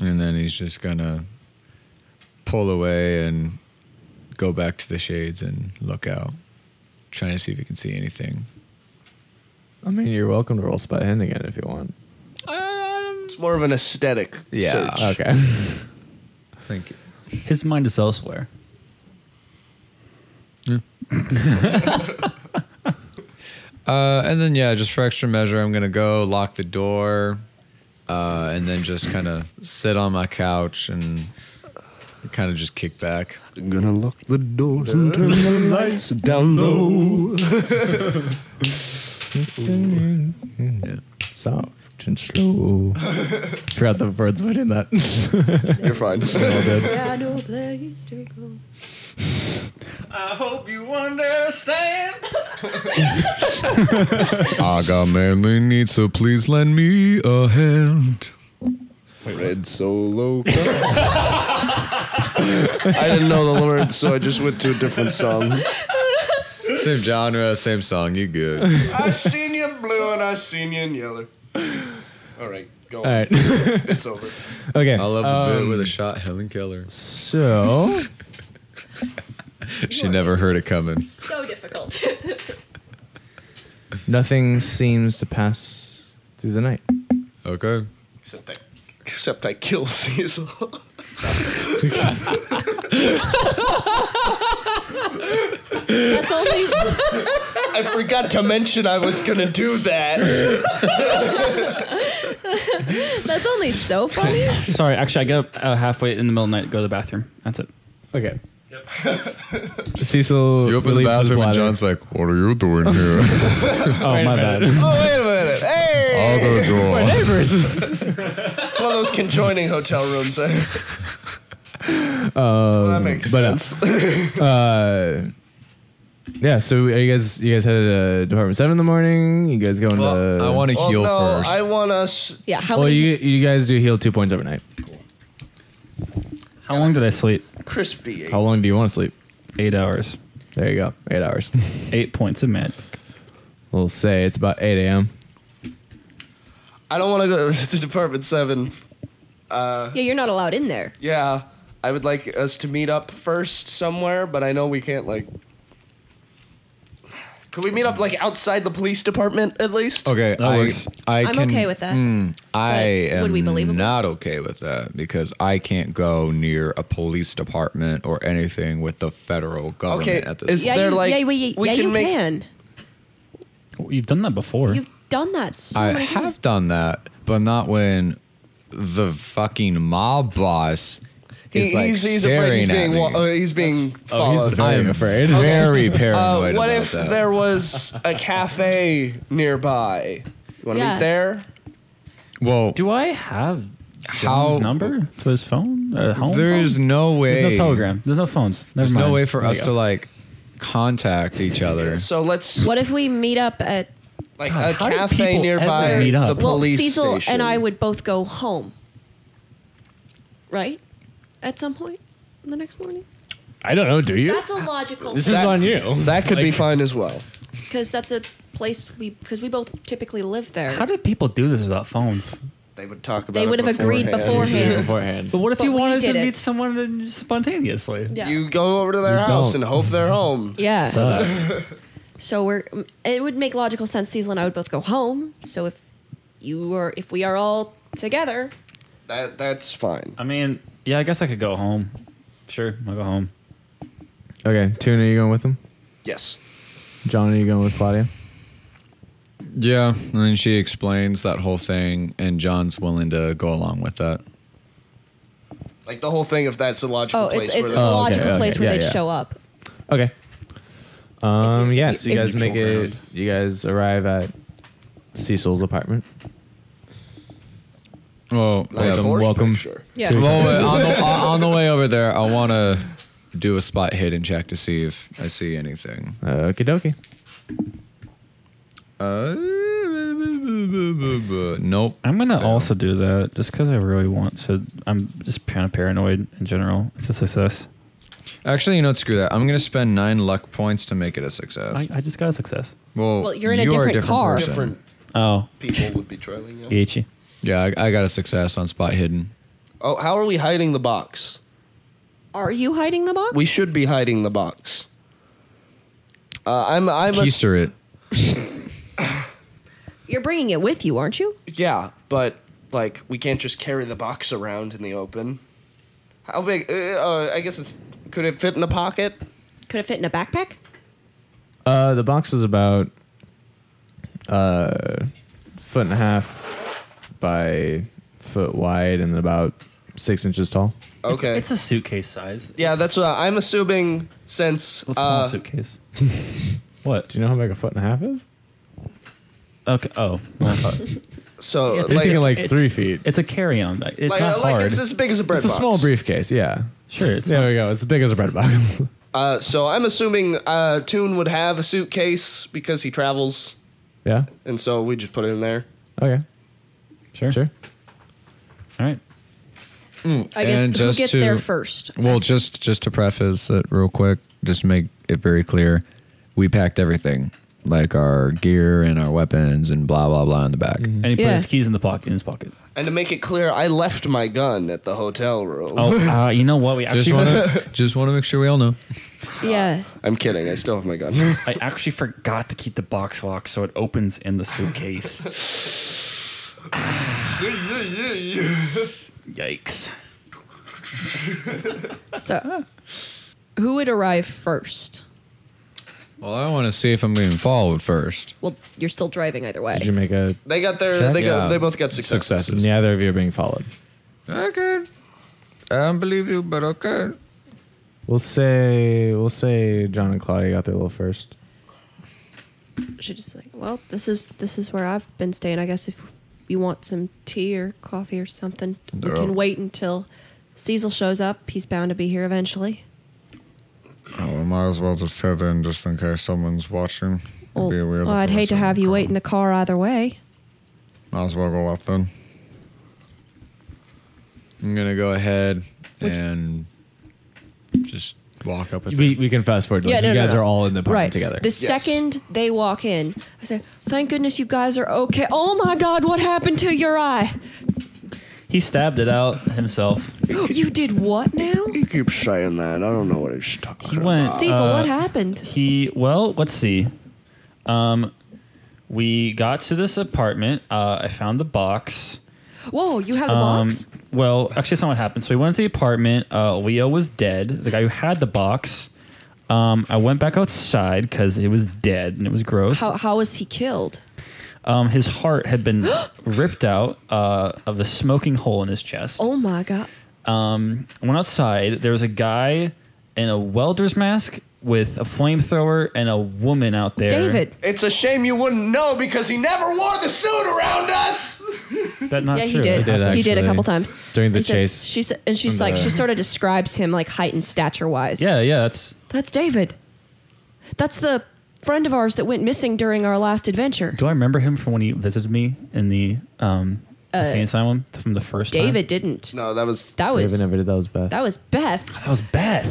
And then he's just gonna pull away and go back to the shades and look out, trying to see if he can see anything. *laughs* I mean, you're welcome to roll spot hidden again if you *laughs* want. It's more of an aesthetic Yeah. search. Okay. Thank you. His mind is elsewhere. Uh, and then yeah, just for extra measure, I'm gonna go lock the door, uh, and then just kind of sit on my couch and kind of just kick back. I'm gonna lock the doors and turn *laughs* the lights down low. Soft and *laughs* slow. Forgot the words in that. *laughs* You're fine. Yeah, no place to go. I hope you understand. I got manly needs, so please lend me a hand. Red Solo Cup. *laughs* I didn't know the words, so I just went to a different song. Same genre, same song. You good? I seen you blue and I seen you in yellow. All right, go. All right. It's over. Okay. I love the bit um, with a shot. Helen Keller. So, She never heard it coming. So difficult. nothing seems to pass through *laughs* the *laughs* night. Okay. Except I, except I kill Cecil. That's always I forgot to mention I was gonna do that. that's only so *laughs* funny. Sorry, actually, I get up uh, halfway in the middle of the night, go to the bathroom. That's it. Okay. *laughs* Cecil. You open the relieves his bathroom and bladder. John's like, "What are you doing here?" Oh, my bad. *laughs* I'll go door. It's one of those conjoining hotel rooms. *laughs* eh? Um, that makes but, uh, sense. *laughs* Uh, yeah. So are you guys, you guys headed to Department Seven in the morning. You guys going Well, to? I want to well, heal no, first. I want us. Yeah, how Well, many you you guys do heal two points every night. How long did I sleep? Crispy. How long do you want to sleep? Eight hours. There you go. Eight hours. Eight points of med. we'll say it's about eight a.m. I don't want to go *laughs* to Department 7. Uh, Yeah, you're not allowed in there. yeah, I would like us to meet up first somewhere, but I know we can't, like. Could we meet up, like, outside the police department at least? Okay, That I, works. I I'm can, okay with that. Mm, I But am would we believe him? not okay with that because I can't go near a police department or anything with the federal government Okay, at this. is- Yeah, They're you, like, yeah, we, yeah, we can you make- can. You've done that before. You've done that so I many times. have done that, but not when the fucking mob boss He- is like he's, he's staring afraid he's at being, me. oh, wa- uh, he's being Oh, followed. I am afraid. Very paranoid. uh, what about if that. there was a cafe nearby? You want to Yeah. meet there? Well, Do I have How- John's number to his phone? Uh, home there is phone? no way. There's no telegram. There's no phones. Never There's mind. no way for There us you to go. like contact each other. So let's What if we meet up at like God, a how do cafe people nearby ever meet the up? well, police Cecil station. and I would both go home. Right? At some point in the next morning. I don't know. Do you? That's a logical this is on you. That could be fine as well. because that's a place we because we both typically live there. How did people do this without phones? They would talk about. They it would have agreed beforehand. beforehand. But what if But you we wanted to did it. meet someone and just spontaneously? yeah. You go over to their house don't. and hope they're home. yeah. So, *laughs* Sucks. we're it would make logical sense. Cecil and I would both go home. So if you are if we are all together, That that's fine. I mean, yeah, I guess I could go home. Sure, I'll go home. Okay, Tuna, you going with him? Yes. John, are you going with Claudia? Yeah, and then she explains that whole thing, and John's willing to go along with that. Like the whole thing. If that's a logical oh, place. it's it's a where Oh, logical okay, okay, place where yeah, they'd yeah. show up. Okay. Um. If- Yeah. if- So if- you guys make it. You guys arrive at Cecil's apartment. Well, Like yeah. a horse welcome. picture. Yeah. *laughs* Well, wait, on, the, on on the way over there, I want to do a spot hidden check to see if I see anything. Okie dokie. Uh, nope. I'm gonna Fail. also do that just because I really want to. I'm just kind of paranoid in general. It's a success. Actually, you know, what, screw that. I'm gonna spend nine luck points to make it a success. I, I just got a success. well, Well, you're in a you are different car. person. Different Oh, people would be trailing you. Gaethje. Yeah, I, I got a success on spot hidden. Oh, how are we hiding the box? Are you hiding the box? We should be hiding the box. Uh, I'm. I'm. a- Keister it. You're bringing it with you, aren't you? Yeah, but like we can't just carry the box around in the open. How big? Uh, uh, I guess it's. Could it fit in a pocket? Could it fit in a backpack? Uh, the box is about uh, foot and a half by foot wide and about six inches tall. Okay. It's a suitcase size. yeah, that's what I'm assuming. Since What's a uh, small *laughs* suitcase? what? Do you know how big a foot and a half is? Okay. Oh, *laughs* so Yeah, they're like, like, Thinking like it's- three feet. it's a carry-on bag. It's like, not hard. it's as big as a bread It's a box. small briefcase, yeah. sure, it's There we go. It's as big as a bread box. Uh, so I'm assuming uh, Toon would have a suitcase because he travels, *laughs* yeah. and so we just put it in there. Okay. sure. Sure. All right. I guess And who just gets to- there first? Well, just just to preface it real quick, just to make it very clear, we packed everything, like our gear and our weapons and blah blah blah in the back. And he put Yeah. his keys in the pocket in his *laughs* pocket. And to make it clear, I left my gun at the hotel room. Oh, uh, you know what? We *laughs* Just actually want *laughs* to just want to make sure we all know. yeah. I'm kidding. I still have my *laughs* gun. *laughs* I actually forgot to keep the box locked, so it opens in the *laughs* suitcase. *sighs* Yikes. So, who would arrive first? Well, I want to see if I'm being followed first. Well, you're still driving either way. Did you make a. they got their. Check. They got. Yeah. They both got success. Successes. Neither of you are being followed. Okay, I don't believe you, but okay. We'll say we'll say John and Claudia got there a little first. She just like, well, this is this is where I've been staying. I guess if you want some tea or coffee or something, we No. can wait until Cecil shows up. He's bound to be here eventually. Oh, we might as well just head in just in case someone's watching. It'd Well, be weird if well, I'd there was hate to have someone you wait coming. in the car either way. Might as well go up then. I'm gonna go ahead and just walk up with We, we can fast forward. to Yeah, this. no, you no, guys no. are all in the apartment right. together. The Yes. second they walk in, I say, "Thank goodness you guys are okay." Oh my God, what happened to your eye? *gasps* He stabbed it out himself. you did what now, He keeps saying that. I don't know what he's talking. He went. Cecil? uh, what happened? He well, let's see. Um, we got to this apartment. Uh, I found the box. Whoa, you have the Um, box. well, actually, that's not what happened. So we went to the apartment. Uh, Leo was dead. The guy who had the box. Um, I went back outside because it was dead and it was gross. How how was he killed? Um, his heart had been *gasps* ripped out uh, of a smoking hole in his chest. Oh my God. Um, I went outside. There was a guy in a welder's mask with a flamethrower and a woman out there. David. It's a shame you wouldn't know because he never wore the suit around us. That not Yeah, he true. did. did, he did a actually. couple times During the He said- chase. She said, and she's From like, the- she sort of describes him like height and stature wise. Yeah, yeah. That's that's David. That's the friend of ours that went missing during our last adventure. Do I remember him from when he visited me in the um, insane asylum from the first Uh, David didn't. No, that was. That was David never did. That was bad. that was Beth. time? That was *gasps* bad.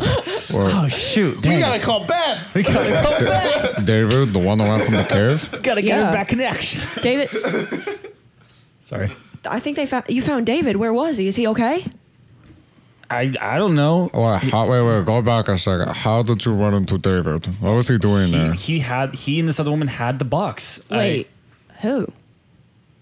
oh shoot! we dang. gotta call Beth. We gotta call Beth. David, the one that went from the cave. gotta get him Yeah. back in action. *laughs* David, Sorry, I think they found you found David. Where was he? Is he okay? I I don't know. Oh, *laughs* Wait, how, wait, wait, go back a second. How did you run into David? What was he doing He, there? he had he and this other woman had the box. Wait, who?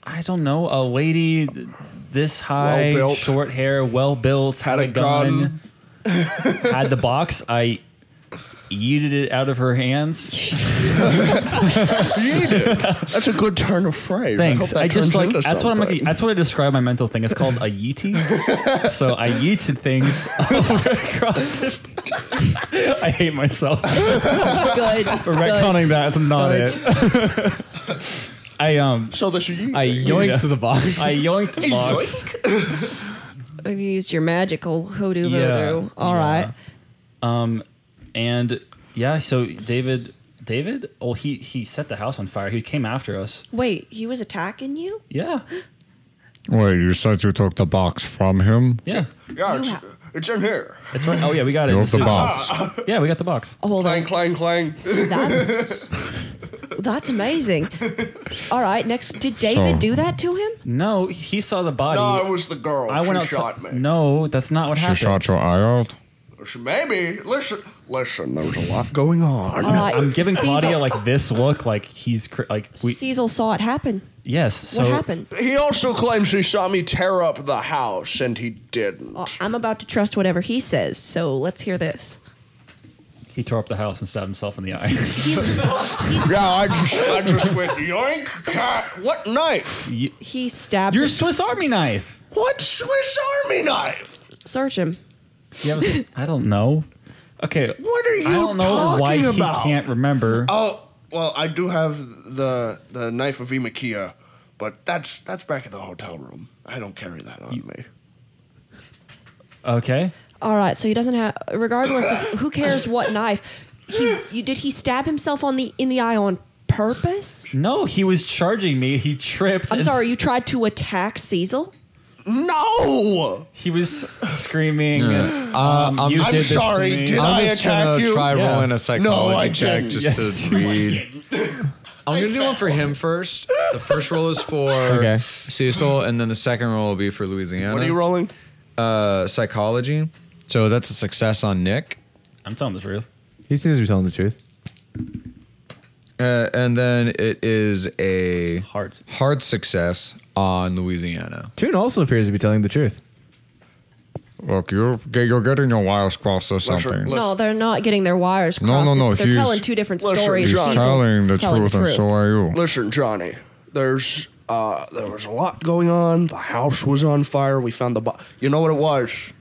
I, I don't know. A lady th- this high, Well-built. short hair, well built, had, Had a, a gun, *laughs* had the box. I yeeted it out of her hands. That's a good turn of phrase. Thanks. I, just like into that's what I'm. something. Like, that's what I describe my mental thing. It's called a yeetie. *laughs* so I yeeted things *laughs* over across. It. *laughs* I hate myself. *laughs* Good. Retconning that is not it. *laughs* I um *laughs* So this you. I yoinked Yeah. to the box. I yoinked *laughs* the box. good. You used your magical hoodoo Yeah, voodoo. All right. Um, and yeah, so David, David, oh he he set the house on fire. He came after us. Wait, he was attacking you? Yeah, Wait, you said you took the box from him? yeah, Yeah, it's, it's in here. it's right. Oh yeah, we got it. You in took suit. the box. Yeah, we got the box. Hold on. Clang, clang, *laughs* clang. That's that's amazing. All right, next. Did David So- do that to him? No, he saw the body. No, it was the girl. I she went out. shot me. No, that's not what She happened. shot your eye out? She- Maybe. Listen, listen. There was a lot going on. All right, I'm giving Cecil, Claudia like this look, like he's cr- like we. Cecil saw it happen. Yes. So What happened? He also claims he saw me tear up the house, and he didn't. Oh. Well, I'm about to trust whatever he says, so let's hear this. He tore up the house and stabbed himself in the eye. *laughs* He just, he just Yeah, I just, I just went yoink. Cat, what knife? He stabbed Your him. Swiss Army knife. What Swiss Army knife? Search him. You have a- I don't know. Okay. What are you I don't know why talking he about? can't remember. Oh, well, I do have the the knife of Imakia, but that's that's back at the hotel room. I don't carry that on me. Oh. Okay. All right, so he doesn't have. Regardless of who cares what knife, he you, did he stab himself on the in the eye on purpose? No, he was charging me. He tripped. I'm and sorry, s- you tried to attack Cecil. No, He was screaming. Uh, I'm, you just- I'm did this to sorry. me. Did I'm I just gonna attack you? try Yeah. rolling No, I a psychology check didn't. just Yes, to read. I'm gonna do one for him first. The first roll is *laughs* for Okay. Cecil, and then the second roll will be for Louisiana. What are you rolling? Uh, psychology. So that's a success on Nick. I'm telling the truth. He seems to be telling the truth. Uh, and then it is a Hard. hard success uh, on Louisiana. Toon also appears to be telling the truth. Look, you're you're getting your wires crossed or Let's- something. let's- No, they're not getting their wires No, crossed. no, no, They're he's- telling two different Listen, stories. he's Cecil's are you. Listen, Johnny. There's uh, there was a lot going on. The house was on fire. We found the box. You know what it was?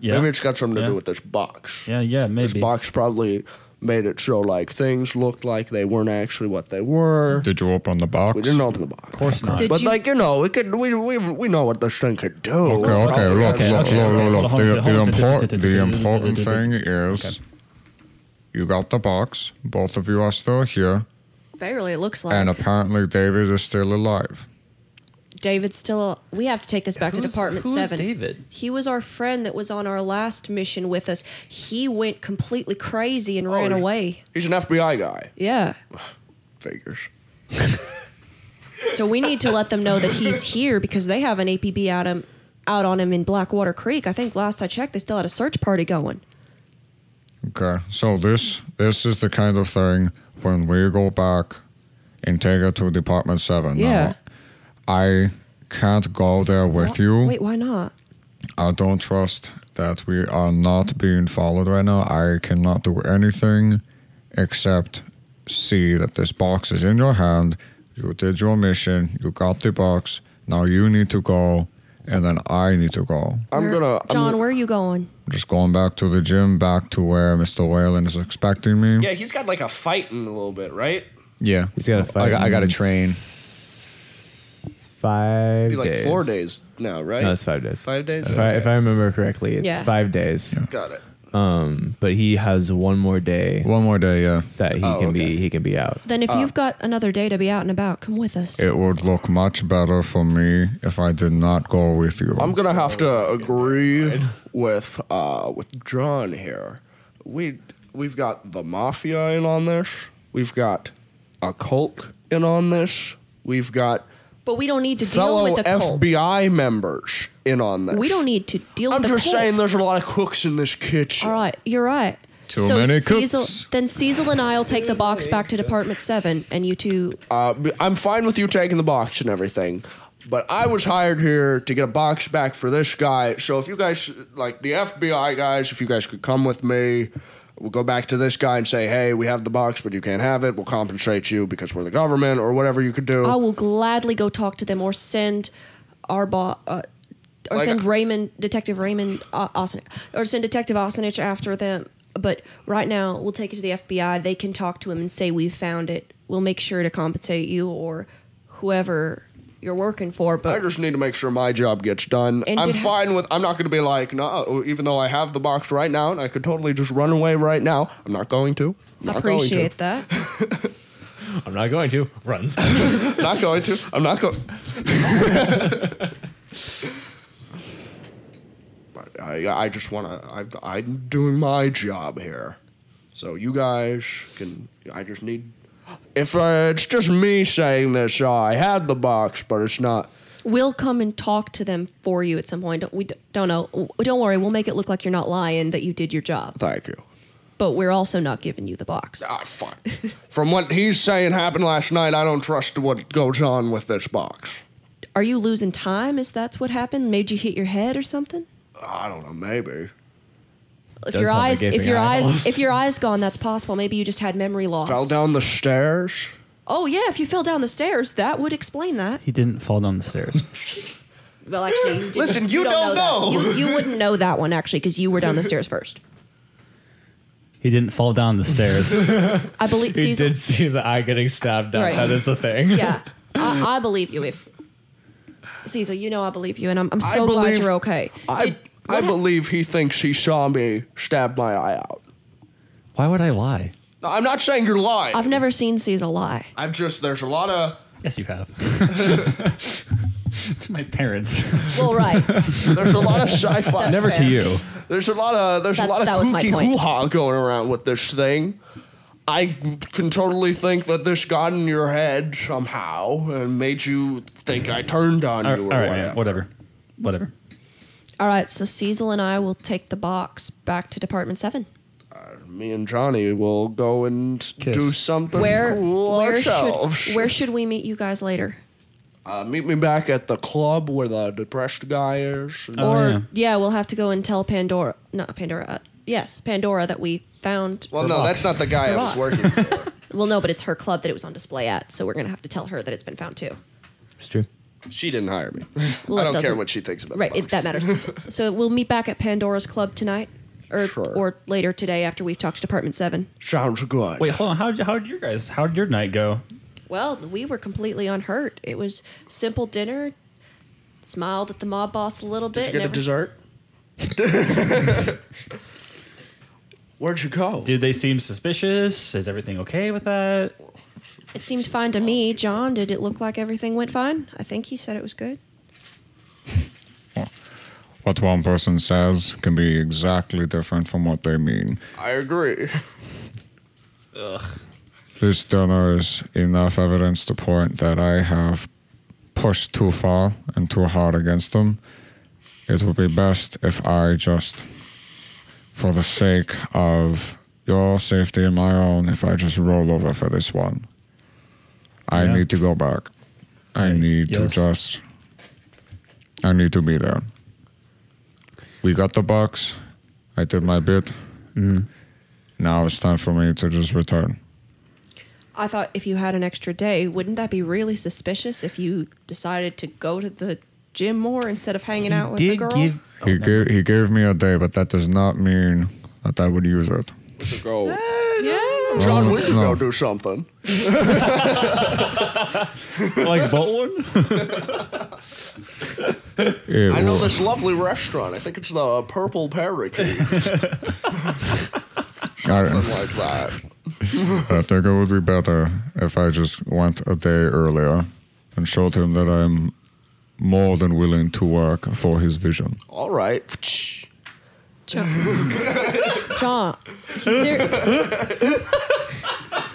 Yeah. Maybe it's got something to Yeah. do with this box. Yeah, yeah, This maybe. box probably made it so like things looked like they weren't actually what they were. Did you open the box? we didn't open the box. Of course not. Did But you- like you know, we could we we we know what this thing could do. Okay, Well, okay, probably look, that's look, something look, that- look, look. Hold on, The, the, hold on. import, the important Okay. thing is you got the box, both of you are still here, Barely, it looks like. and apparently David is still alive. David's still. We have to take this back to Who's- Department who's Seven. David? He was our friend that was on our last mission with us. He went completely crazy and ran Oh, he's- away. He's an FBI guy. Yeah. Figures. So we need to let them know that he's here because they have an APB out him, out on him in Blackwater Creek. I think last I checked, they still had a search party going. Okay, so this this is the kind of thing when we go back and take it to Department 7. Yeah. Now, I can't go there with you. Wait, why not? I don't trust that we are not being followed right now. I cannot do anything except see that this box is in your hand. You did your mission. You got the box. Now you need to go, and then I need to go. I'm Where- gonna I'm John, gonna- where are you going? I'm just going back to the gym, back to where Mr. Whalen is expecting me. Yeah, he's got like a fight in a little bit, right? yeah. He's gotta I got, I got to fight. train. Five Be like days. four days now, right? No, it's five days. Five days? If I, if Okay. I remember correctly, it's Yeah. five days. Got it. But he has one more day One more day, yeah. that he Oh, can okay. be he can be out. Then Uh, if you've got another day to be out and about, come with us. It would look much better for me if I did not go with you. I'm gonna have to agree with uh with John here. We we've got the mafia in on this. We've got a cult in on this. We've got but we don't need to deal fellow with the cult. FBI members in on this. We don't need to deal I'm with the just cult. saying, there's a lot of cooks in this kitchen. All right, you're right. Too many Cecil, cooks. then Cecil and I'll take the box back to Department Seven, and you two. Uh, b- I'm fine with you taking the box and everything, but I was hired here to get a box back for this guy. So if you guys, like the FBI guys, if you guys could come with me, we'll go back to this guy and say, hey, we have the box, but you can't have it. We'll compensate you because we're the government or whatever you could do. I will gladly go talk to them, or send our boss, uh, or Like- uh, send Raymond, Detective Raymond uh, Osinich, or send Detective Osinich after them. But right now, we'll take it to the FBI. They can talk to him and say we found it. We'll make sure to compensate you or whoever you're working for. I But just need to make sure my job gets done. And I'm did ha- fine with. I'm not going to be like, no, even though I have the box right now and I could totally just run away right now. I'm not going to. I'm I not going to. appreciate that. I'm not going to. Runs. not going to. I'm not *laughs* going. I, I just want to. I'm doing my job here, so you guys can. I just need. If uh, it's just me saying this, uh, I had the box, but it's not. We'll come and talk to them for you at some point. Don't- We d- don't know. W- Don't worry. We'll make it look like you're not lying that you did your job, Thank you. but we're also not giving you the box. Ah, *laughs* fine. From what he's saying happened last night, I don't trust what goes on with this box. Are you losing time? Is that's what happened? Made you hit your head or something? I don't know. Maybe. If does your have a eyes, if gaping your eye. eyes, if your eyes gone, that's possible. Maybe you just had memory loss. Fell down the stairs. Oh yeah, if you fell down the stairs, that would explain that. *laughs* He didn't fall down the stairs. Well, actually, you didn't- Listen, you don't that. You, you wouldn't know that one actually because you were down the stairs first. he didn't fall down the stairs. *laughs* I believe. see, He so- did see the eye getting stabbed out. Right. That is a *laughs* thing. Yeah, I, I believe you. If Cecil, you know I believe you, and I'm, I'm I so glad believe- you're okay. I Did- I what hap- believe he thinks he saw me stab my eye out. Why would I lie? No, I'm not saying you're lying. I've never seen Cecil lie. I'm just there's a lot of Yes, you have. to my parents. Well, right. there's a *laughs* lot of sci-fi. Never to fair. you. There's a lot of there's That's- a lot of that was my kooky point. hoo-ha going around with this thing. I can totally think that this got in your head somehow and made you think I turned on All right, you all or right whatever. man, whatever. Whatever. *laughs* All right, so Cecil and I will take the box back to Department Seven. Me and Johnny will go and Kiss. do something Where cool where ourselves. should where should we meet you guys later? uh, meet me back at the club where the depressed guy is. Oh, or yeah. yeah. we'll have to go and tell Pandora. Not Pandora. Uh, yes, Pandora that we found. well, no, that's not the guy I was Rock. working *laughs* for. Well, no, but it's her club that it was on display at, so we're gonna have to tell her that it's been found too. It's true. She didn't hire me. Well, I don't it care doesn't- what she thinks about. Right, the it, that box. matters. *laughs* so we'll meet back at Pandora's club tonight, or Sure. or later today after we've talked to Department Seven. Sounds good. Wait, hold on. How did, how did your guys? How did your night go? Well, we were completely unhurt. It was simple dinner. Smiled at the mob boss a little bit. Did you get a and every- dessert? *laughs* Where'd you go? Did they seem suspicious? Is everything okay with that? It seemed fine to me, John. Did it look like everything went fine? I think he said it was good. What one person says can be exactly different from what they mean. I agree. This dinner is enough evidence to point that I have pushed too far and too hard against them. It would be best if I just, for the sake of your safety and my own, if I just roll over for this one. I Yeah. need to go back. I need to yes. just. I need to be there. We got the box. I did my bit. Mm-hmm. Now it's time for me to just return. I thought if you had an extra day, wouldn't that be really suspicious if you decided to go to the gym more instead of hanging out with the girl? He Oh, gave he gave me a day, but that does not mean that I would use it. To *laughs* go. yeah. John, we could go No. do something. like Bolton. It I know wa- this lovely restaurant. I think it's the Purple Parakeet. *laughs* Something I, like that. I think it would be better if I just went a day earlier and showed him that I'm more than willing to work for his vision. All right. John. John. he's ser-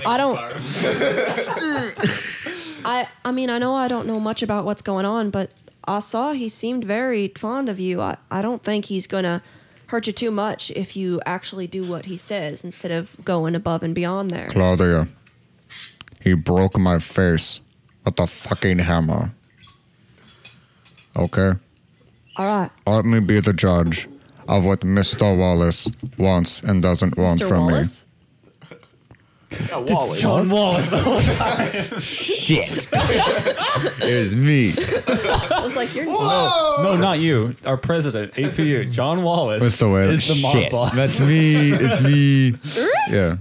I don't. I I mean I know I don't know much about what's going on, but I saw he seemed very fond of you. I, I don't think he's gonna hurt you too much if you actually do what he says instead of going above and beyond there. Claudia, he broke my face with a fucking hammer. Okay? All right, Let me be the judge of what Mr. Wallace wants and doesn't want Mr. from me. Wallace. Yeah, Wally. Wallace. Shit. it was me. I was like, you're No, not you. Our president, APU, John Wallace. Mr. Wales. Is the mob Shit. boss. That's me. It's me. yeah.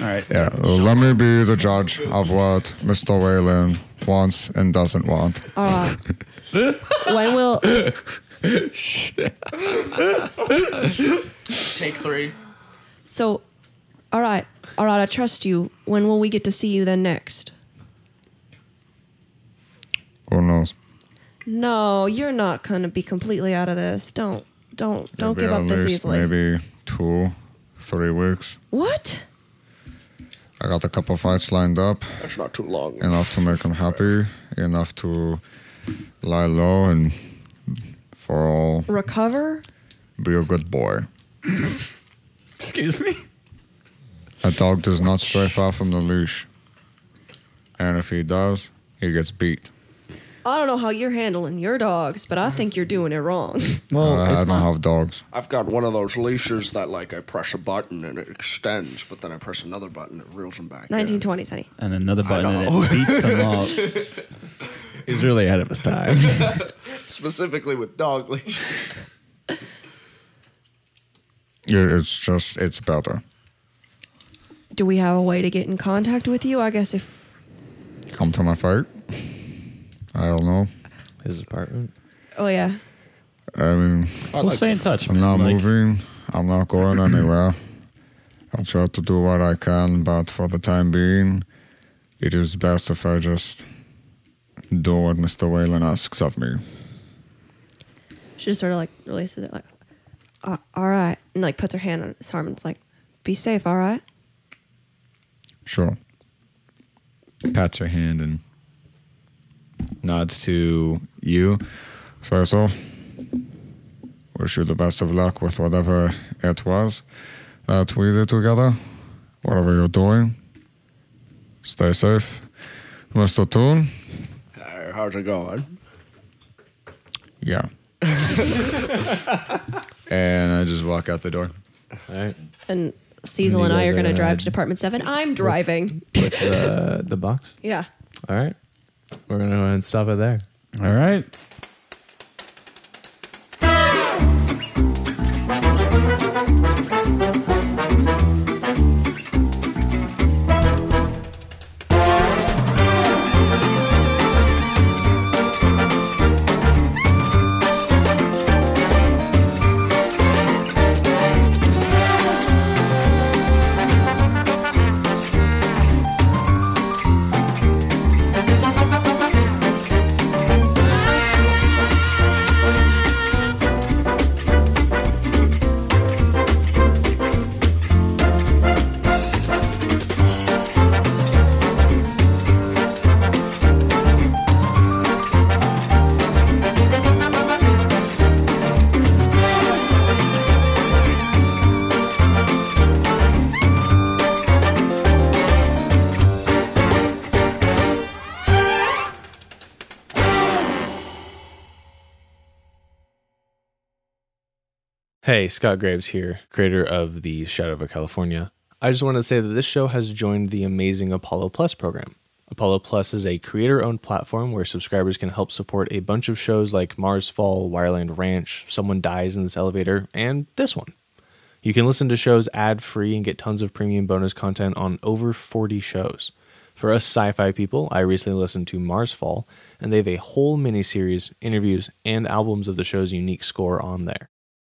All right. Yeah. Uh, Let me be the judge of what Mr. Whalen wants and doesn't want. all right. when will Take three. so? All right, all right. I trust you. When will we get to see you then next? Who knows? No, you're not gonna be completely out of this. Don't don't don't Maybe give up at this least easily. Maybe two, three weeks. What? I got a couple fights lined up, That's not too long. enough to make him happy, enough to lie low and for all Recover? be a good boy. Excuse me. A dog does not stray far from the leash. And if he does, he gets beat. I don't know how you're handling your dogs, but I think you're doing it wrong. Oh, Well, Uh, I it's don't not- have dogs. I've got one of those leashes that, like, I press a button and it extends, but then I press another button and it reels them back. in. 1920s, honey. and another button and it beats them *laughs* up. He's really ahead of his *laughs* time. Specifically with dog leashes. Yeah, It's just, it's better. Do we have a way to get in contact with you? I guess if Come to my fight. I don't know. His apartment. oh yeah, I mean, We'll stay in touch. I'm man. not Like, moving. I'm not going anywhere. I'll try to do what I can, but for the time being, it is best if I just do what Mr. Whalen asks of me. she just sort of like releases it, like, uh, all right, and like puts her hand on his arm and it's like, be safe, all right. Sure. Pats her hand and nods to you. So, so wish you the best of luck with whatever it was that we did together. Whatever you're doing, stay safe. Mr. Toon, Hey, how's it going? yeah. and I just walk out the door. All right. And Cecil and You I are guys gonna are, drive uh, to Department Seven. I'm driving. With uh, the box. yeah. All right. We're going to go ahead and stop it there. All right. Hey, Scott Graves here, creator of the Shadow of California. I just wanted to say that this show has joined the amazing Apollo Plus program. Apollo Plus is a creator owned platform where subscribers can help support a bunch of shows like Mars Fall, Wireland Ranch, Someone Dies in This Elevator, and this one. You can listen to shows ad free and get tons of premium bonus content on over 40 shows. For us sci fi people, I recently listened to Mars Fall, and they have a whole miniseries, interviews, and albums of the show's unique score on there